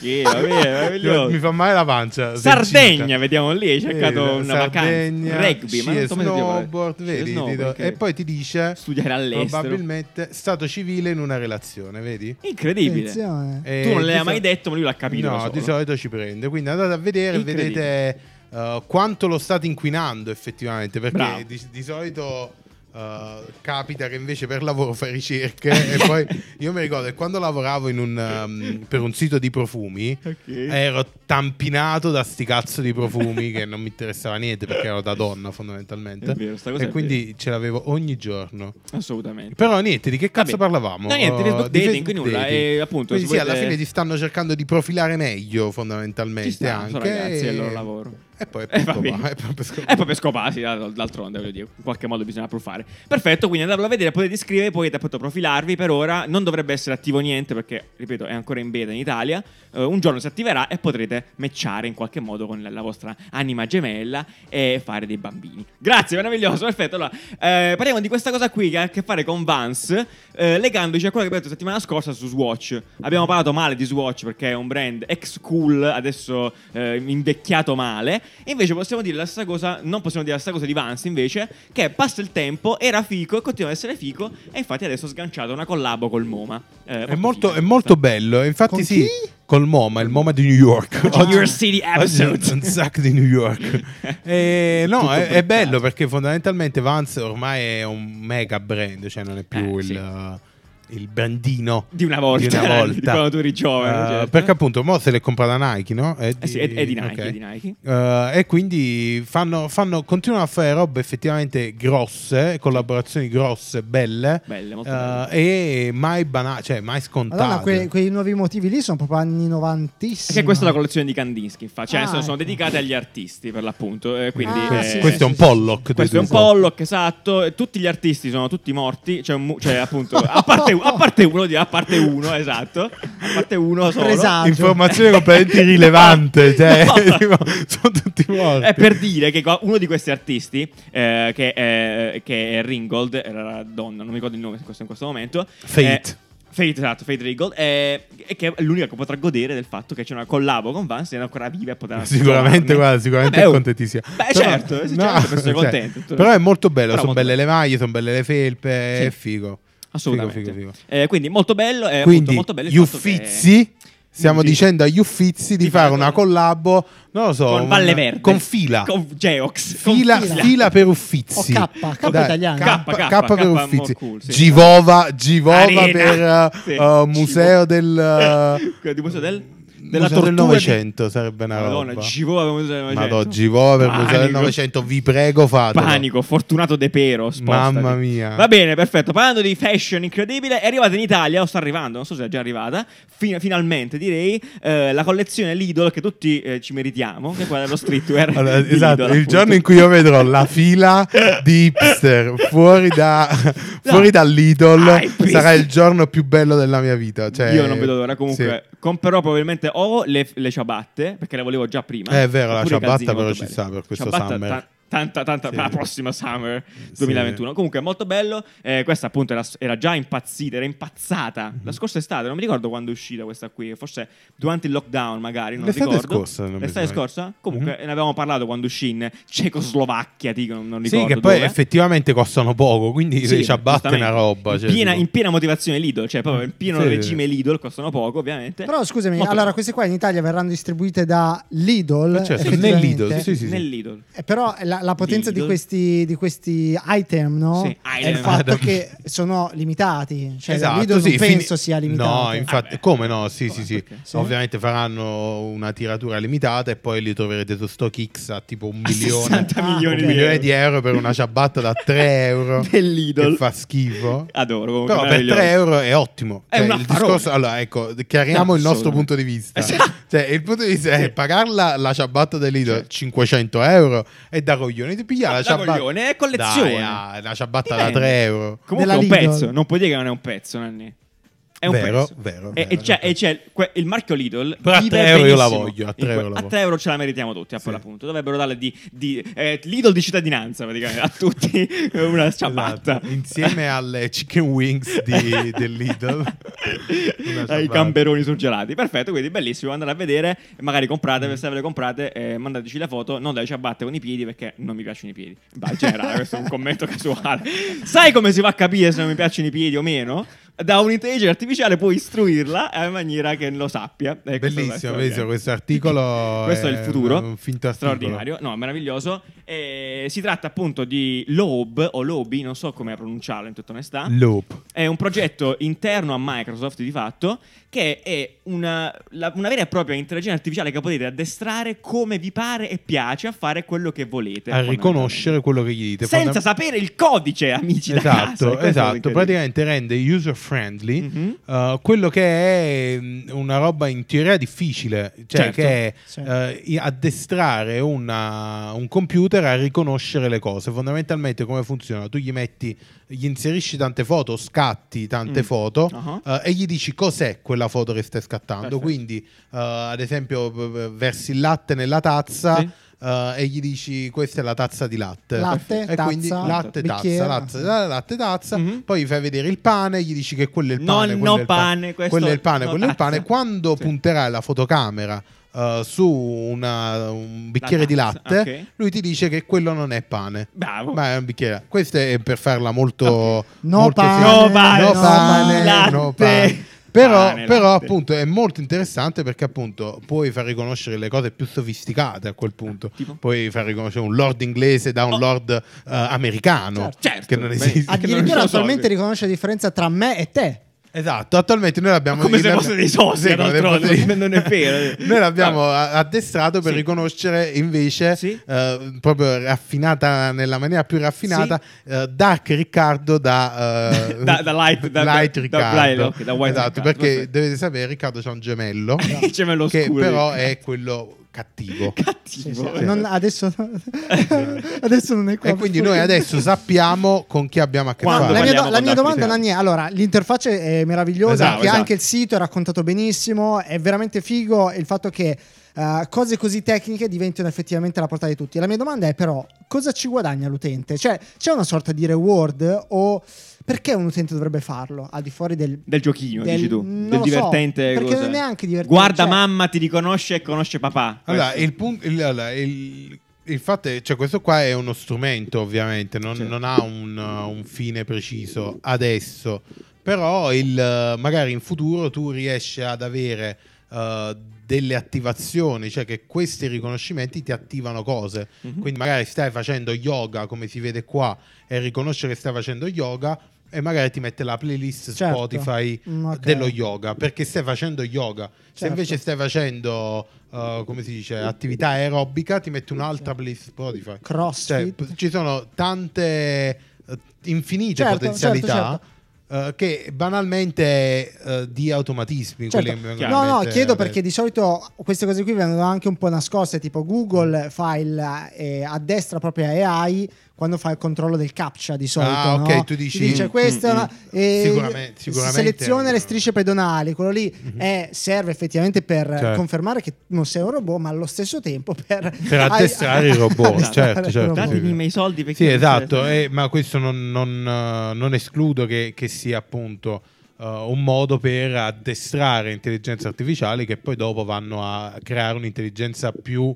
Che, vabbè, meraviglioso.
Mi fa male la pancia. sei
Sardegna,
incinta.
vediamo lì, hai cercato
Vedi,
una
Sardegna,
vacanza. Rugby,
sci
ma non
e
so come si chiama.
snowboard,
Sci e
vedi,
snowboard,
ti do-
ok.
e poi ti dice
Studiare all'estero.
probabilmente stato civile in una relazione, vedi?
Incredibile.
Attenzione.
Eh,
tu non
di
l'hai mai
sol-
detto, ma lui l'ha capito. da
No,
solo.
di solito ci prende. Quindi andate a vedere,
Incredibile.
vedete eh, quanto lo state inquinando effettivamente.
Bravo.
Perché di, di solito. eh, capita che invece per lavoro fai ricerche e poi io mi ricordo che quando lavoravo in un, ehm, per un sito di profumi
Ok.
ero tampinato da sti cazzo di profumi che non mi interessava niente perché ero da donna fondamentalmente
È vero, sta cosa
e
è
quindi ce l'avevo ogni giorno
Assolutamente.
però niente, di che cazzo
Vabbè.
parlavamo?
No, niente, Facebook
Eh, di
dating, quindi nulla, e appunto,
Quindi
se
sì,
volete-
alla fine ti stanno cercando di profilare meglio,
Ci
fondamentalmente.
stanno,
anche.
sono ragazzi, è il loro
e-
lavoro.
E poi
Eh,
è proprio
va bene.
qua, è proprio scopo.
È proprio scoparsi, d'al- d'altronde, voglio dire, in qualche modo bisogna provare. Perfetto, quindi andatelo a vedere, potete iscrivervi, potete appunto profilarvi per ora. Non dovrebbe essere attivo niente perché, ripeto, è ancora in beta in Italia. Eh, un giorno si attiverà e potrete matchare in qualche modo con la, la vostra anima gemella e fare dei bambini. Grazie, meraviglioso, perfetto. Allora, eh, parliamo di questa cosa qui che ha a che fare con Vance, eh, legandoci a quello che abbiamo detto settimana scorsa su Swatch. Abbiamo parlato male di Swatch perché è un brand ex cool, adesso eh, invecchiato male. E invece possiamo dire la stessa cosa, non possiamo dire la stessa cosa di Vance invece, che passa il tempo, era fico e continua ad essere fico e infatti adesso ha sganciato una collabo col MoMA. Eh,
È
proprio
molto,
figa.
è molto bello, infatti
Con
sì,
chi?
col MoMA, il MoMA di New York.
New
Oggi-
York City
oggi è
episode.
Un sacco di New York. Eh, no,
Tutto
è, è
bloccato.
bello perché fondamentalmente Vance ormai è un mega brand, cioè non è più
Eh,
il... uh,
sì.
il brandino
Di una volta,
Di una volta.
di quando tu eri giovane,
Eh,
certo.
perché appunto mo se l'è comprata Nike no? è di,
Eh sì, è, è di Nike,
ok.
è di Nike.
Eh, e quindi fanno, fanno- continuano a fare robe effettivamente grosse, collaborazioni grosse, belle,
Belle, molto
eh,
belle.
e mai banali, cioè mai scontate.
Madonna, que- quei nuovi motivi lì sono proprio anni
E
novantissimi.
che questa è la collezione di Kandinsky, infatti, cioè,
Ah,
nel senso, sono
ecco.
dedicate agli artisti per l'appunto. eh, quindi,
Ah,
eh,
sì,
Questo è un
sì, sì,
Pollock.
Questo è un Pollock, esatto. e Tutti gli artisti sono tutti morti. Cioè, un mu- cioè, appunto, a parte, a parte uno, di- a parte uno, esatto. A parte uno solo.
Presagio.
Informazione completamente irrilevante. Cioè,
No.
tipo, sono tutti morti.
È per dire che qua- uno di questi artisti, eh, che, è, che è Ringold, era la donna, non mi ricordo il nome in questo, in questo momento.
Fate.
eh, Fate, esatto, Fate Regal. eh, E che è l'unica che potrà godere del fatto che c'è una collabo con Vance ed è ancora viva e potrà.
Sicuramente, guarda, sicuramente
Vabbè,
è
oh.
contentissima.
Beh, certo, sinceramente penso sia contento.
cioè, Però è molto bello,
Però
sono
molto
belle le maglie, sono belle le felpe,
Sì.
è figo.
Assolutamente.
Figo, figo, figo.
Eh, quindi molto bello. eh, appunto,
Quindi,
molto bello il
gli
fatto che-
Uffizi, stiamo
Quindi-
dicendo agli Uffizi di,
Di
fare
fare
una
con-
collabo, non lo so,
con
un-
Valle Verde.
con Fila.
Con Geox. con
Fila,
Fila.
fila per
O
Uffizi.
K, K
Dai,
italiano.
K,
K,
K,
K per
K
Uffizi.
more cool, sì.
Givova, Givova
Arena.
per uh,
Sì.
uh,
Givo-
Museo del... uh,
Quello di museo del, della
Museo
tortura
del
di-
Novecento sarebbe una
Madonna,
roba.
Givò aveva museo del Novecento.
Madonna, Givova per Museo del
Panico.
Novecento, vi prego fatelo.
Panico, fortunato De Pero. spostati.
Mamma mia.
Va bene, perfetto. Parlando di fashion incredibile, è arrivata in Italia, o sta arrivando, non so se è già arrivata, fi- finalmente direi, eh, la collezione Lidl che tutti eh, ci meritiamo, che è quella dello streetwear.
Allora,
di Lidl,
esatto, il
appunto.
giorno in cui io vedrò la fila di hipster fuori da, fuori da Lidl
Ah, hipster.
sarà il giorno più bello della mia vita. Cioè,
Io non vedo l'ora.
sì.
Comunque, comprerò probabilmente o le, le ciabatte, perché le volevo già prima.
Eh, è vero, la
oppure i
ciabatta
calzini
però
molto
ci
belli.
sta per questo
Ciabatta,
summer.
ta- Tanta, tanta
Sì.
per la prossima summer 2021. Comunque, molto bello. Eh, questa, appunto, era, era già impazzita. Era impazzata
Mm-hmm.
la scorsa estate. Non mi ricordo quando è uscita questa qui. Forse durante il lockdown, magari. Non
L'estate
ricordo.
scorsa, non mi
L'estate
sbaglio.
scorsa? Comunque,
Mhm.
ne avevamo parlato quando uscì in Cecoslovacchia. Dico, non, non
Sì,
ricordo.
che poi
dove.
effettivamente costano poco, quindi
Sì,
se ci abbatte
giustamente.
una roba.
in,
cioè,
piena,
tipo-
in piena motivazione Lidl, cioè proprio in pieno
Sì.
regime Lidl, costano poco ovviamente.
Però scusami,
Molto
allora
poco.
queste qua in Italia verranno distribuite da Lidl.
Eh, certo,
effettivamente.
nel Lidl, sì, sì, sì.
nel Lidl.
Eh, Però la, la potenza di
Lidl.
questi, di questi item, no?
Sì,
È il
item.
fatto
Adam.
che sono limitati. Cioè,
Esatto,
Lidl
sì,
non
fini-
penso sia limitato.
No, infatti,
Vabbè.
come no? Sì, sì,
Ah, Come,
sì.
perché?
Sì.
Ovviamente faranno una tiratura limitata e poi li troverete su StockX a tipo un
A
milione,
60
Ah,
milioni
un
di
milione
euro.
di euro per una ciabatta da 3 euro.
Del Lidl.
Che fa schifo.
Adoro comunque,
Però per 3
meraviglioso.
euro è ottimo.
È
Cioè,
un
il
affarone.
discorso, allora, ecco, chiariamo
No,
il nostro
assolutamente.
punto di vista.
Esatto.
Cioè, il punto di vista è
Sì.
pagarla la ciabatta del Lidl
Certo. Ah,
500 euro e da coglione ti piglia
Da
la ciabatta.
coglione, è collezione. Eh,
Dai, ah, la ciabatta da
Dipende.
3 euro.
Comunque è
Della
un
Lidl.
pezzo, non puoi dire che non è un pezzo, Nanni. È un
Vero,
pezzo.
vero,
E,
vero.
e c'è, e c'è que- il marchio Lidl.
Però a
vive
tre euro io la
benissimo.
voglio,
In
a tre
que-
euro la
a
voglio.
tre euro ce la meritiamo tutti, a
Sì.
quell'appunto. Dovrebbero darle di, di eh, Lidl di cittadinanza, praticamente, a tutti una ciabatta.
Esatto, Insieme alle chicken wings di, del Lidl. Una
ai
ciabatta.
gamberoni surgelati perfetto quindi bellissimo andate a vedere magari comprate se ve le comprate eh, mandateci la foto non dalle ciabatte con i piedi perché non mi piacciono i piedi Beh, in generale questo è un commento casuale sai come si va a capire se non mi piacciono i piedi o meno da un'intelligenza artificiale puoi istruirla eh, in maniera che lo sappia Eh, questo- questo
Bellissimo,
è-
bellissimo questo articolo.
questo è il futuro
Un finto articolo.
straordinario no meraviglioso Eh, si tratta appunto di Loeb o Lobi non so come pronunciarlo in tutta onestà
Loop.
è un progetto interno a Microsoft di fatto che è una, la- una vera e propria intelligenza artificiale che potete addestrare come vi pare e piace a fare quello che volete.
A riconoscere quello che gli dite.
Senza
Fondam-
sapere il codice, amici da casa.
Esatto,
Questo è
esatto.
incredibile.
praticamente rende user friendly
Mhm.
eh, quello che è mh, una roba in teoria difficile,
Certo.
cioè che è
Sì.
eh, i- addestrare una- un computer a riconoscere le cose. Fondamentalmente come funziona? Tu gli metti, gli inserisci tante foto, scatti tante
Mm.
foto
Ah.
eh, e gli dici cos'è quella foto che stai scattando.
Perfetto.
Quindi eh, ad esempio v- v- versi il latte nella tazza.
Sì.
eh, e gli dici questa è la tazza di latte
Latte,
e quindi
tazza,
latte tazza
bicchiere.
latte, la- latte tazza,
Mhm.
poi gli fai vedere il pane, gli dici che quello è il
No,
pane, quello
no
è il pane,
pane, questo-
quello è il pane,
no,
quello è il
tazza.
pane. Quando
Sì.
punterai la fotocamera eh, su una- un bicchiere di
tazza,
latte,
ok.
lui ti dice che quello non è pane.
Bravo.
Ma è un bicchiere. Questo è per farla molto.
No
molto
pane,
semplice.
no pane,
no
no
pane,
latte.
no pane. Però,
Pane,
però,
latte.
appunto è molto interessante perché appunto puoi far riconoscere le cose più sofisticate a quel punto.
Tipo?
Puoi far riconoscere un lord inglese da un
Oh.
lord eh, americano
Certo, certo.
che non
Beh,
esiste.
ah, non
Addirittura
lo so,
attualmente
sì.
riconosce la differenza tra me e te.
Esatto, attualmente noi l'abbiamo
Ma come se
l'abbiamo-
fosse dei soci,
come se
d'altronde,
fosse-
non- non è vero. Ah.
noi l'abbiamo a- addestrato per
Sì.
riconoscere invece
Sì.
eh, proprio raffinata nella maniera più raffinata eh, Dark Riccardo da, eh,
Da- da Light- da- da- da
Riccardo.
Light, ok, da White
esatto,
Riccardo,
perché
perfetto.
dovete sapere Riccardo c'ha un gemello
Il gemello
che
oscuro,
però
Riccardo.
è quello cattivo.
Cattivo.
Non- adesso, adesso non è qua.
eh. E quindi noi adesso sappiamo con chi abbiamo a che
Quando
No,
fare.
la mia,
parliamo
do- la
con
mia
altri italiani.
domanda Nanni, è allora l'interfaccia è meravigliosa
Esatto,
che
esatto.
anche il sito è raccontato benissimo è veramente figo il fatto che eh, cose così tecniche diventino effettivamente alla portata di tutti. La mia domanda è però, cosa ci guadagna l'utente? Cioè, c'è una sorta di reward o perché un utente dovrebbe farlo al di fuori del...
Del giochino,
del-
dici tu.
non
Del
lo so,
divertente.
perché
cosa.
non è neanche divertente,
Guarda
cioè-
mamma, ti riconosce e conosce papà.
Allora,
Questo.
il, pun- il- allora, il- il fatto è, cioè, questo qua è uno strumento, ovviamente, non,
Certo.
non ha un, uh, un fine preciso adesso, però il, uh, magari in futuro tu riesci ad avere uh, delle attivazioni, cioè che questi riconoscimenti ti attivano cose.
Mhm.
Quindi magari stai facendo yoga, come si vede qua, e riconosce che stai facendo yoga e magari ti mette la playlist
Certo.
Spotify
Mm, ok.
dello yoga, perché stai facendo yoga. Se
Certo.
invece stai facendo, eh, come si dice, attività aerobica, ti metti un'altra playlist Spotify. Cioè,
Crossfit.
p- ci sono tante, eh, infinite
Certo,
potenzialità.
certo,
eh, che banalmente eh, di automatismi
Certo.
quelli che mi vengono
No,
in
no,
mente
chiedo
adesso.
perché di solito queste cose qui vengono anche un po' nascoste, tipo Google fa il eh, a destra propria AI quando fa il controllo del captcha di solito,
Ah, ok,
no?
tu dici-
Ti dice
Mm,
questa è
mm,
una-
mm.
eh,
Sicuramente-
si
sicuramente è
seleziona
un-
le strisce pedonali, quello lì è- serve effettivamente per eh,
Certo.
confermare che non sei un robot, ma allo stesso tempo per
Per addestrare il robot,
addestrare
certo,
il
certo,
robot.
sì.
Datemi i miei soldi perché...
Sì,
non
esatto,
serve.
eh, ma questo non, non, eh, non escludo che, che sia appunto eh, un modo per addestrare intelligenze artificiali che poi dopo vanno a creare un'intelligenza più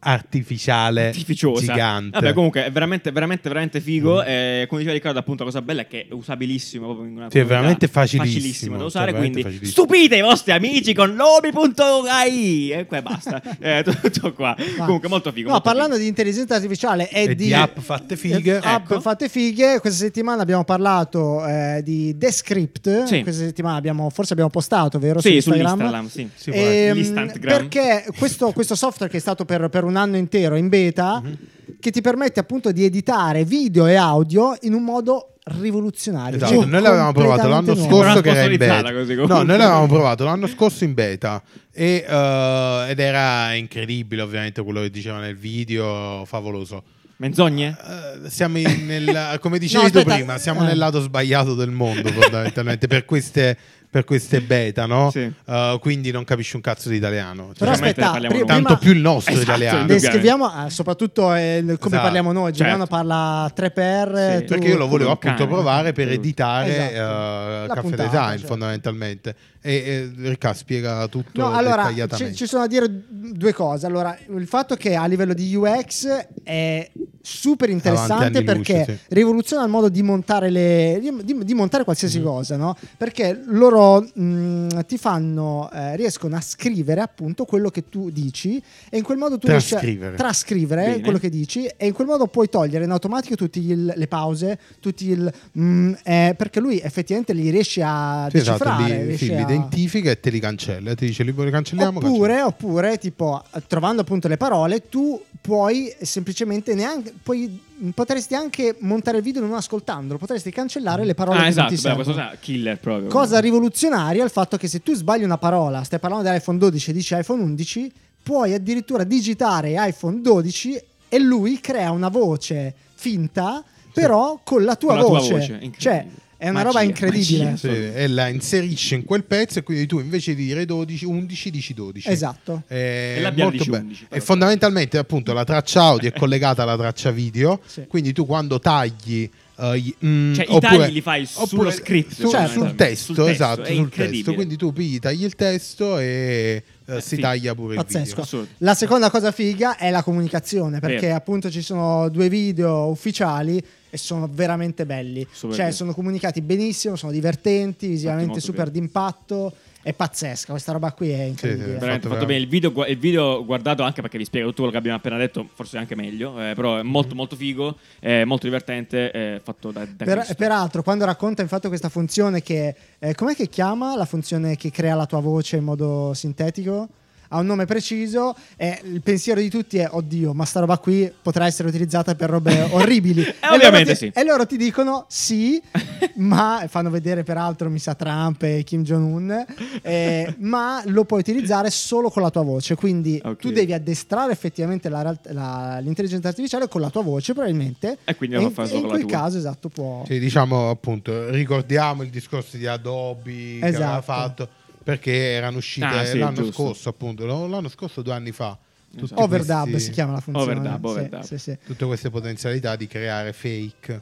artificiale,
artificiosa.
gigante.
Vabbè, comunque è veramente, veramente, veramente figo.
Mm.
Eh, come diceva Riccardo, appunto, la cosa bella è che è usabilissimo. Proprio in una
Sì, è veramente
comunità,
facilissimo,
da
cioè,
usare.
veramente
Quindi
facilissimo.
stupite i vostri amici con lobi.ai e qua basta. Eh, tutto qua.
Ma-
Comunque, molto figo.
No,
molto
parlando
figo.
di intelligenza artificiale e,
E di app fatte fighe.
e app
Ecco.
fatte fighe, questa settimana abbiamo parlato eh, di Descript.
Sì.
Questa settimana abbiamo, forse abbiamo postato, vero?
Sì,
su Instagram.
sull'Instagram, sì.
Sì,
Ehm,
L'Instantgram.
perché questo, questo software che è stato per, per un anno intero in beta,
Mhm.
che ti permette appunto di editare video e audio in un modo rivoluzionario.
Esatto,
diciamo,
Cioè,
noi l'avevamo provato l'anno
completamente nuovo.
scorso che era in
sponsorizzata
beta.
così,
no,
comunque.
noi l'avevamo provato l'anno scorso in beta e, eh, ed era incredibile ovviamente quello che diceva nel video, favoloso.
Menzogne?
Eh, siamo in- nel, eh, come dicevi
No,
tu
aspetta.
prima, siamo
Eh.
nel lato sbagliato del mondo fondamentalmente per queste, per queste beta, no?
Sì.
Eh, quindi non capisci un cazzo di italiano.
Però
Cioè,
Veramente
aspetta,
parliamo
pri-
noi.
prima-
tanto più il nostro
Esatto,
italiano.
indubbiamente.
Descriviamo eh, soprattutto eh, il- come
Esatto.
parliamo noi. Giuliano
Certo.
parla 3x.
Sì.
tu-
Perché io lo volevo
Come un
appunto
cane,
provare per
eh.
editare
Esatto. La
eh, Caffè
puntata,
Design
cioè.
fondamentalmente. E, e Ricca spiega tutto
No, allora
dettagliatamente.
ci, ci sono da dire due cose. Allora, il fatto che a livello di UX è super interessante
Avanti anni
perché
luce,
rivoluziona il modo di montare le di, di- di montare
Mm.
qualsiasi cosa, no? Perché loro mh, ti fanno eh, riescono a scrivere appunto quello che tu dici e in quel modo tu riesci a
Trascrivere.
trascrivere
Bene.
quello che dici e in quel modo puoi togliere in automatico tutte le pause, tutti il mm, eh, perché lui effettivamente li riesce a
Sì, esatto,
decifrare,
li,
riesce
sì, li
a-
identifica e te li cancella. Ti dice li li cancelliamo.
Oppure, oppure, tipo, trovando appunto le parole, tu puoi semplicemente neanche. Puoi, potresti anche montare il video non ascoltandolo, potresti cancellare le parole
Ah,
che
esatto,
non ti
beh,
servono.
questo sa- killer proprio.
Cosa rivoluzionaria è il fatto che se tu sbagli una parola, stai parlando dell'iPhone 12 e dici iPhone 11, puoi addirittura digitare iPhone 12 e lui crea una voce finta, però con la tua
Con la tua
voce.
voce, incredibile.
Cioè, è una roba
Magia,
incredibile.
magia.
Sì, e la inserisce in quel pezzo e quindi tu invece di dire 12, 11 dici 12.
Esatto.
È
E l'abbiamo
Eh, molto
10,
bello.
11, però. Eh.
E fondamentalmente appunto la traccia audio è collegata alla traccia video,
Sì.
quindi tu quando tagli eh, gli- mm,
Cioè, i tagli li fai sullo script,
Certo.
su- sul,
fondamentalmente.
testo,
Sul testo,
esatto,
è
sul testo.
incredibile.
Quindi tu pigli, tagli il testo e eh,
Eh,
si
sì.
taglia pure il
Pazzesco.
video.
Assurdo.
La seconda cosa figa è la comunicazione, perché
Vero.
appunto ci sono due video ufficiali e sono veramente belli.
Super
cioè,
belli.
sono comunicati benissimo, sono divertenti, visivamente
molto
super
belli.
d'impatto. È pazzesca, questa roba qui è incredibile.
sì,
Veramente
Fatto
fatto
veramente.
bene. Il video, gu- il video guardato anche perché vi spiega tutto quello che abbiamo appena detto, forse anche meglio. eh, però è
Mm-hmm.
molto, molto figo, è molto divertente. È fatto da, da
Per-
Cristo.
eh, peraltro, quando racconta infatti questa funzione che... eh, com'è che chiama la funzione che crea la tua voce in modo sintetico? Ha un nome preciso e il pensiero di tutti è oddio, ma sta roba qui potrà essere utilizzata per robe orribili.
Eh,
loro
ovviamente
ti-
sì.
E loro ti dicono sì, ma e fanno vedere peraltro, mi sa, Trump e Kim Jong-un, eh, ma lo puoi utilizzare solo con la tua voce. Quindi
Ok.
tu devi addestrare effettivamente la realt- la- l'intelligenza artificiale con la tua voce probabilmente.
E quindi lo
in-
fa solo
in
con la
quel
tua.
caso,
Cioè,
esatto, può...
Sì, diciamo appunto, ricordiamo il discorso di Adobe che aveva
Esatto.
fatto. perché erano uscite
Ah, sì,
l'anno
giusto.
scorso, appunto, lo- l'anno scorso, due anni fa. Tutti
Esatto.
Overdub
questi-
si chiama la funzione.
Overdub,
Sì,
overdub.
sì, sì.
Tutte queste potenzialità di creare fake.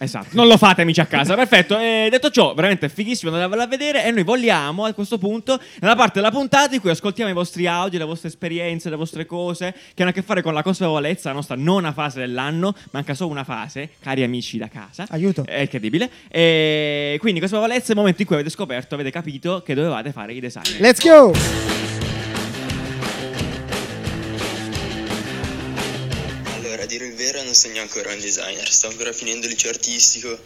Esatto, non lo fate amici a casa, perfetto. E detto ciò, veramente fighissimo andatevela a vedere e noi vogliamo a questo punto nella parte della puntata in cui ascoltiamo i vostri audio, le vostre esperienze, le vostre cose che hanno a che fare con la consapevolezza, la nostra nona fase dell'anno, manca solo una fase, cari amici da casa.
Aiuto.
È incredibile. E quindi consapevolezza è il momento in cui avete scoperto, avete capito che dovevate fare i design.
Let's go!
Allora, a dire il vero non sono neanche ancora un designer, sto ancora finendo il liceo artistico,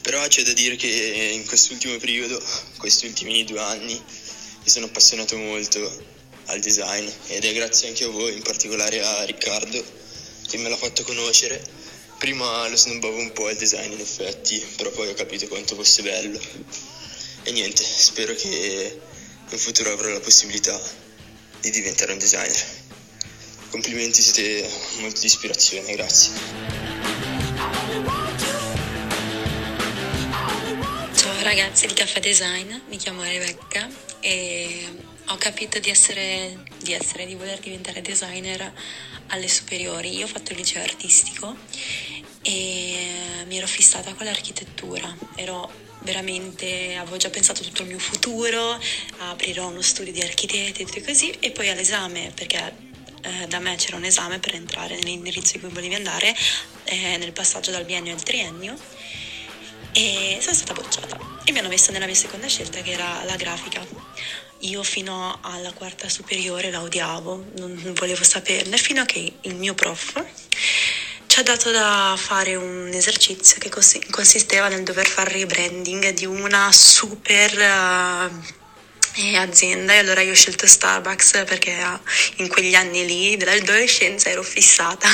però c'è da dire che in quest'ultimo periodo, questi ultimi due anni, mi sono appassionato molto al design ed è grazie anche a voi, in particolare a Riccardo, che me l'ha fatto conoscere. Prima lo snobbavo un po' il design in effetti, però poi ho capito quanto fosse bello. E niente, spero che in futuro avrò la possibilità di diventare un designer. Complimenti, siete molto di ispirazione, grazie.
Ciao ragazzi di Caffè Design, mi chiamo Rebecca e ho capito di essere, di essere, di voler diventare designer alle superiori. Io ho fatto il liceo artistico e eh, mi ero fissata con l'architettura, ero veramente, avevo già pensato tutto il mio futuro, aprirò uno studio di architetti e tutto così e poi all'esame, perché eh, da me c'era un esame per entrare nell'indirizzo in cui volevi andare eh, nel passaggio dal biennio al triennio e sono stata bocciata e mi hanno messo nella mia seconda scelta che era la grafica. Io fino alla quarta superiore la odiavo, non non volevo saperne, fino a che il mio prof ci ha dato da fare un esercizio che consi- consisteva nel dover fare il rebranding di una super eh, eh, azienda e allora io ho scelto Starbucks perché ah, in quegli anni lì dell'adolescenza ero fissata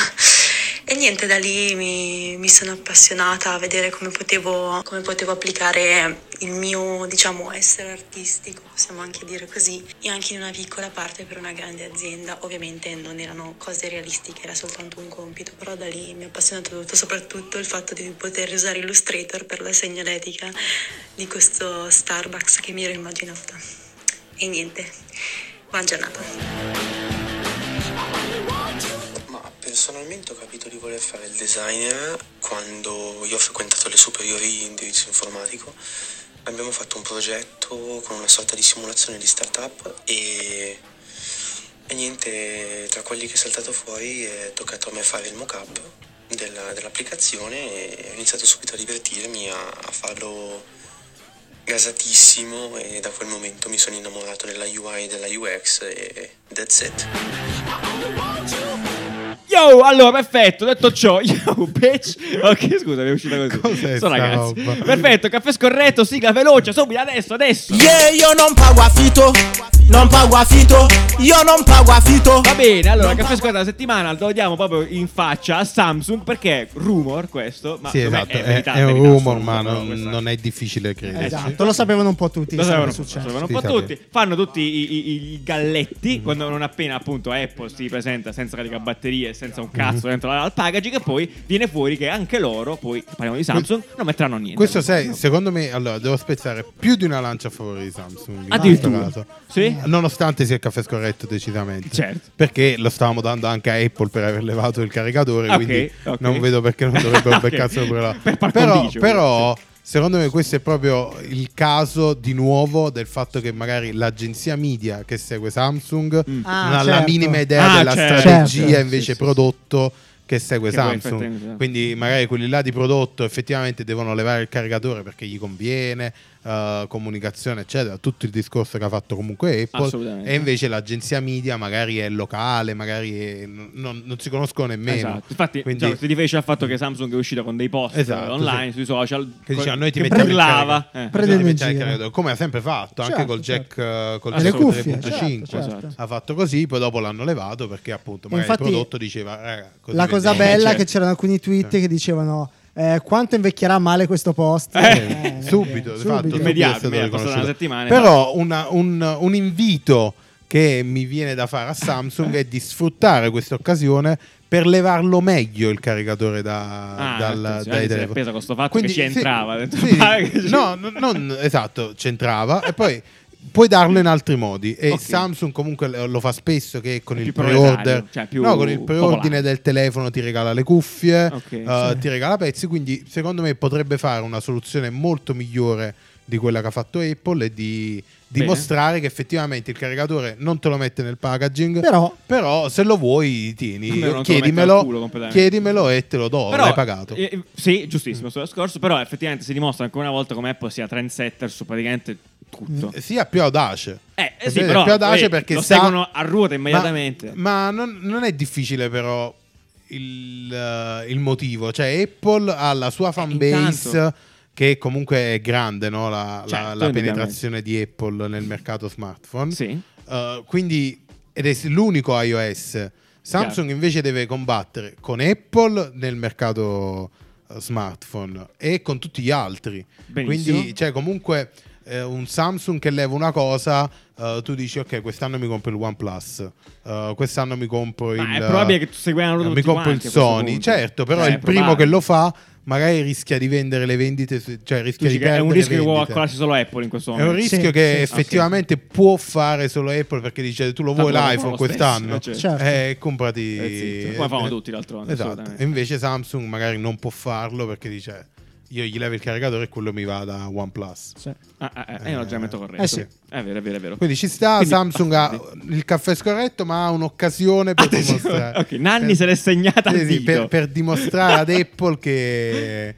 e niente da lì mi, mi sono appassionata a vedere come potevo, come potevo applicare il mio diciamo essere artistico possiamo anche dire così e anche in una piccola parte per una grande azienda ovviamente non erano cose realistiche era soltanto un compito però da lì mi ha appassionato tutto soprattutto il fatto di poter usare Illustrator per la segnaletica di questo Starbucks che mi ero immaginata e niente buona giornata
Ma personalmente ho capito di voler fare il designer quando io ho frequentato le superiori in indirizzo informatico. Abbiamo fatto un progetto con una sorta di simulazione di startup e, e niente, tra quelli che è saltato fuori è toccato a me fare il mock-up della- dell'applicazione e ho iniziato subito a divertirmi, a, a farlo gasatissimo e da quel momento mi sono innamorato della UI e della UX e that's it.
Yo, allora, perfetto, detto ciò, yo, bitch. Ok, scusa, mi è uscita così.
Cos'è
Sono
sta
ragazzi.
roba?
Perfetto, caffè scorretto, sigla veloce, subito, adesso, adesso.
Yeah, io non pago affitto, non pago affitto, io non pago affitto.
Va bene, allora, caffè scorretto la settimana lo diamo proprio in faccia a Samsung perché rumor questo, ma
sì,
secondo me
esatto, è,
verità,
è un
verità
rumor,
assoluta,
ma
però
non,
questa- Eh, certo.
non è difficile credere.
Esatto, lo sapevano un po' tutti.
Lo
che
sapevano,
sarebbe
lo
successo.
sapevano un
Sì,
po'
sapevo.
tutti. Fanno tutti i, i- i galletti quando non appena appunto Apple si presenta senza caricabatterie, senza un cazzo
Mhm.
dentro al packaging e poi viene fuori che anche loro, poi parliamo di Samsung, non metteranno niente.
Questo sai, secondo me, allora devo spezzare più di una lancia a favore di Samsung. in
Addirittura.
questo caso.
Sì?
Nonostante sia il caffè scorretto, decisamente.
Certo.
Perché lo stavamo dando anche a Apple per aver levato il caricatore.
Ok,
quindi
ok.
non vedo perché non dovrebbero
Ok.
beccarselo pure là.
Per par
però,
condicio,
però secondo me, questo è proprio il caso di nuovo del fatto che magari l'agenzia media che segue Samsung
Ah,
non ha la
certo.
minima idea
Mm. Ah,
della
certo.
strategia
Certo.
invece
Sì, sì,
prodotto. Che segue
Che poi effettivamente,
Samsung,
esatto.
quindi magari quelli là di prodotto effettivamente devono levare il caricatore perché gli conviene, eh, comunicazione, eccetera. Tutto il discorso che ha fatto comunque Apple.
Assolutamente.
E invece l'agenzia media magari è locale, magari è- non, non si conoscono nemmeno.
Esatto. Infatti,
Quindi-
cioè, si rifece al fatto che Samsung è uscita con dei post
Esatto,
online sui
sì.
social
che diceva noi ti
che
mettiamo il
urlava.
caricatore.
Eh,
Prendendo
Noi ti
in
mettiamo il
giro.
caricatore, come ha sempre fatto anche
Certo,
col jack eh,
esatto.
col
Alle
jack
cuffie,
3.5
certo, certo.
ha fatto così poi dopo l'hanno levato perché appunto magari
infatti
il prodotto diceva "Raga, così
La cosa
vendiamo".
bella è
Cioè,
che c'erano alcuni tweet
Eh.
che dicevano eh, quanto invecchierà male questo post.
Eh,
Eh,
subito,
eh,
di fatto, subito
Immediato,
è
immediato,
stato riconosciuto.
passata una settimana,
Però una- un, un invito che mi viene da fare a Samsung è di sfruttare questa occasione per levarlo meglio il caricatore da,
Ah,
dal,
attenzione,
dai
si è
telefoni.
presa con sto fatto che ci
sì,
entrava dentro
sì,
il packaging.
no, no, non esatto, c'entrava e poi Puoi darlo in altri modi e Samsung comunque lo lo fa spesso che con il
più
pre-order,
proletario, cioè più
no, con il
popolare.
preordine del telefono ti regala le cuffie,
Ok,
eh,
sì.
ti regala pezzi, quindi secondo me potrebbe fare una soluzione molto migliore di quella che ha fatto Apple e di
Bene.
dimostrare che effettivamente il caricatore non te lo mette nel packaging,
Però-
però se lo vuoi tieni,
Almeno non te lo mette al culo
chiedimelo,
completamente.
chiedimelo e te lo do, l'hai pagato.
eh, eh, sì, giustissimo, sullo scorso, però effettivamente si dimostra ancora una volta come Apple sia trendsetter su praticamente tutto.
Eh, Sia più audace.
Eh, eh sì,
Capite?
però
più audace
eh,
perché
lo
sa-
seguono a ruota
Ma-
immediatamente.
Ma, non, non è difficile però il, eh, il motivo. Cioè Apple ha la sua fan base
Eh, intanto-
che comunque è grande, no? la, la-
Certo,
la
indubbiamente.
penetrazione di Apple nel mercato smartphone.
Sì.
Eh, quindi ed è l'unico iOS. Samsung
Chiaro.
invece deve combattere con Apple nel mercato eh, smartphone e con tutti gli altri.
Benissimo.
Quindi, cioè, comunque eh, un Samsung che leva una cosa, eh, tu dici ok, quest'anno mi compro il OnePlus, eh, quest'anno mi compro il
Ma è probabile che tu seguiamo
eh,
tutti
mi compro il
quanti a questo
Sony,
punto.
certo, però
Cioè,
il primo
probabile.
che lo fa magari rischia di vendere le vendite, su- cioè
Tu
rischia
dici
di
che è
perdere
un rischio che può
vendite.
accolarsi solo Apple in questo
È
momento.
un rischio che effettivamente può fare solo Apple perché dice tu lo
Tanto
vuoi
lo fa
l'iPhone
lo
quest'anno,
stesso, eh, certo.
eh, comprati.
Eh, zitto. Come fanno tutti, d'altronde,
Esatto.
assolutamente.
E invece Samsung magari non può farlo perché dice io gli levo il caricatore e quello mi va da OnePlus.
Ah, ah, ah, eh, io l'ho già metto corretto.
Eh sì.
È vero, è vero, è vero.
Quindi ci sta,
Quindi-
Samsung ha il caffè scorretto, ma ha un'occasione per dimostrare.
Ah, Ok, Nanni se l'è segnata
Sì,
al
sì,
dito.
per, per dimostrare ad Apple che,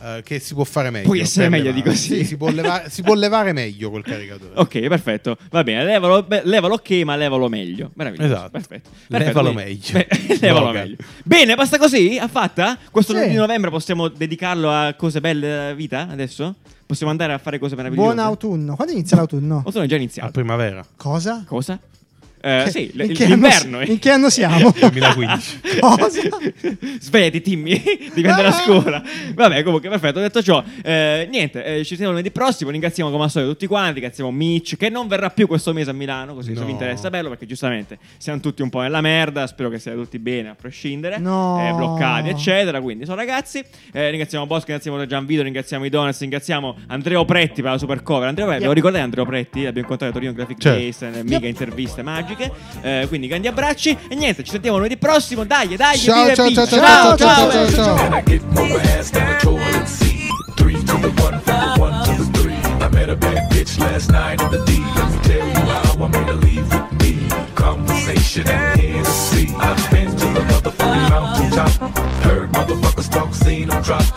eh, che si può fare meglio.
Può essere
per
meglio di
levare.
così.
Sì, si, può levare, si può levare meglio quel caricatore.
Ok, perfetto. Va bene, levalo, be- levalo ok, ma levalo meglio. Meraviglioso.
Esatto.
Perfetto.
Levalo
Perfetto, quindi-
meglio.
Beh, levalo
Slogan.
meglio. Bene, basta così? Ha fatta? Questo
Sì.
lunedì di novembre possiamo dedicarlo a cose belle della vita adesso? Possiamo andare a fare cose meravigliose?
Buon autunno. Quando inizia l'autunno?
O sono già iniziato?
primavera.
Cosa?
Cosa? Eh,
Che-
sì, l-
in che anno
l'inverno.
si- in che anno siamo?
2015.
Cosa? Ah.
Svegliati, Timmy, devi andare a scuola. Vabbè, comunque, perfetto. Detto ciò, eh, niente, eh, ci sentiamo lunedì prossimo. Ringraziamo come al solito tutti quanti. Ringraziamo Mitch, che non verrà più questo mese a Milano. Così se
No.
vi interessa, bello perché giustamente siamo tutti un po' nella merda. Spero che siate tutti bene, a prescindere,
No.
eh, bloccati, eccetera. Quindi, sono ragazzi. Eh, ringraziamo Bosco, ringraziamo Gianvito, ringraziamo i Donuts, ringraziamo Andreo Pretti per la super cover. Andreo Pretti,
Yeah.
ve lo ricordate, Andreo Pretti? L'abbiamo incontrato a Torino Graphic
Certo.
Days, eh, mega interviste magiche. Eh, quindi, grandi abbracci. E niente, ci sentiamo lunedì prossimo. Dai, dai.
Ciao, ciao, ciao, ciao, ciao, ciao, ciao, ciao.
I get more ass than control and see. Three to the one, from the one to the three. I met a bad bitch last night at the D.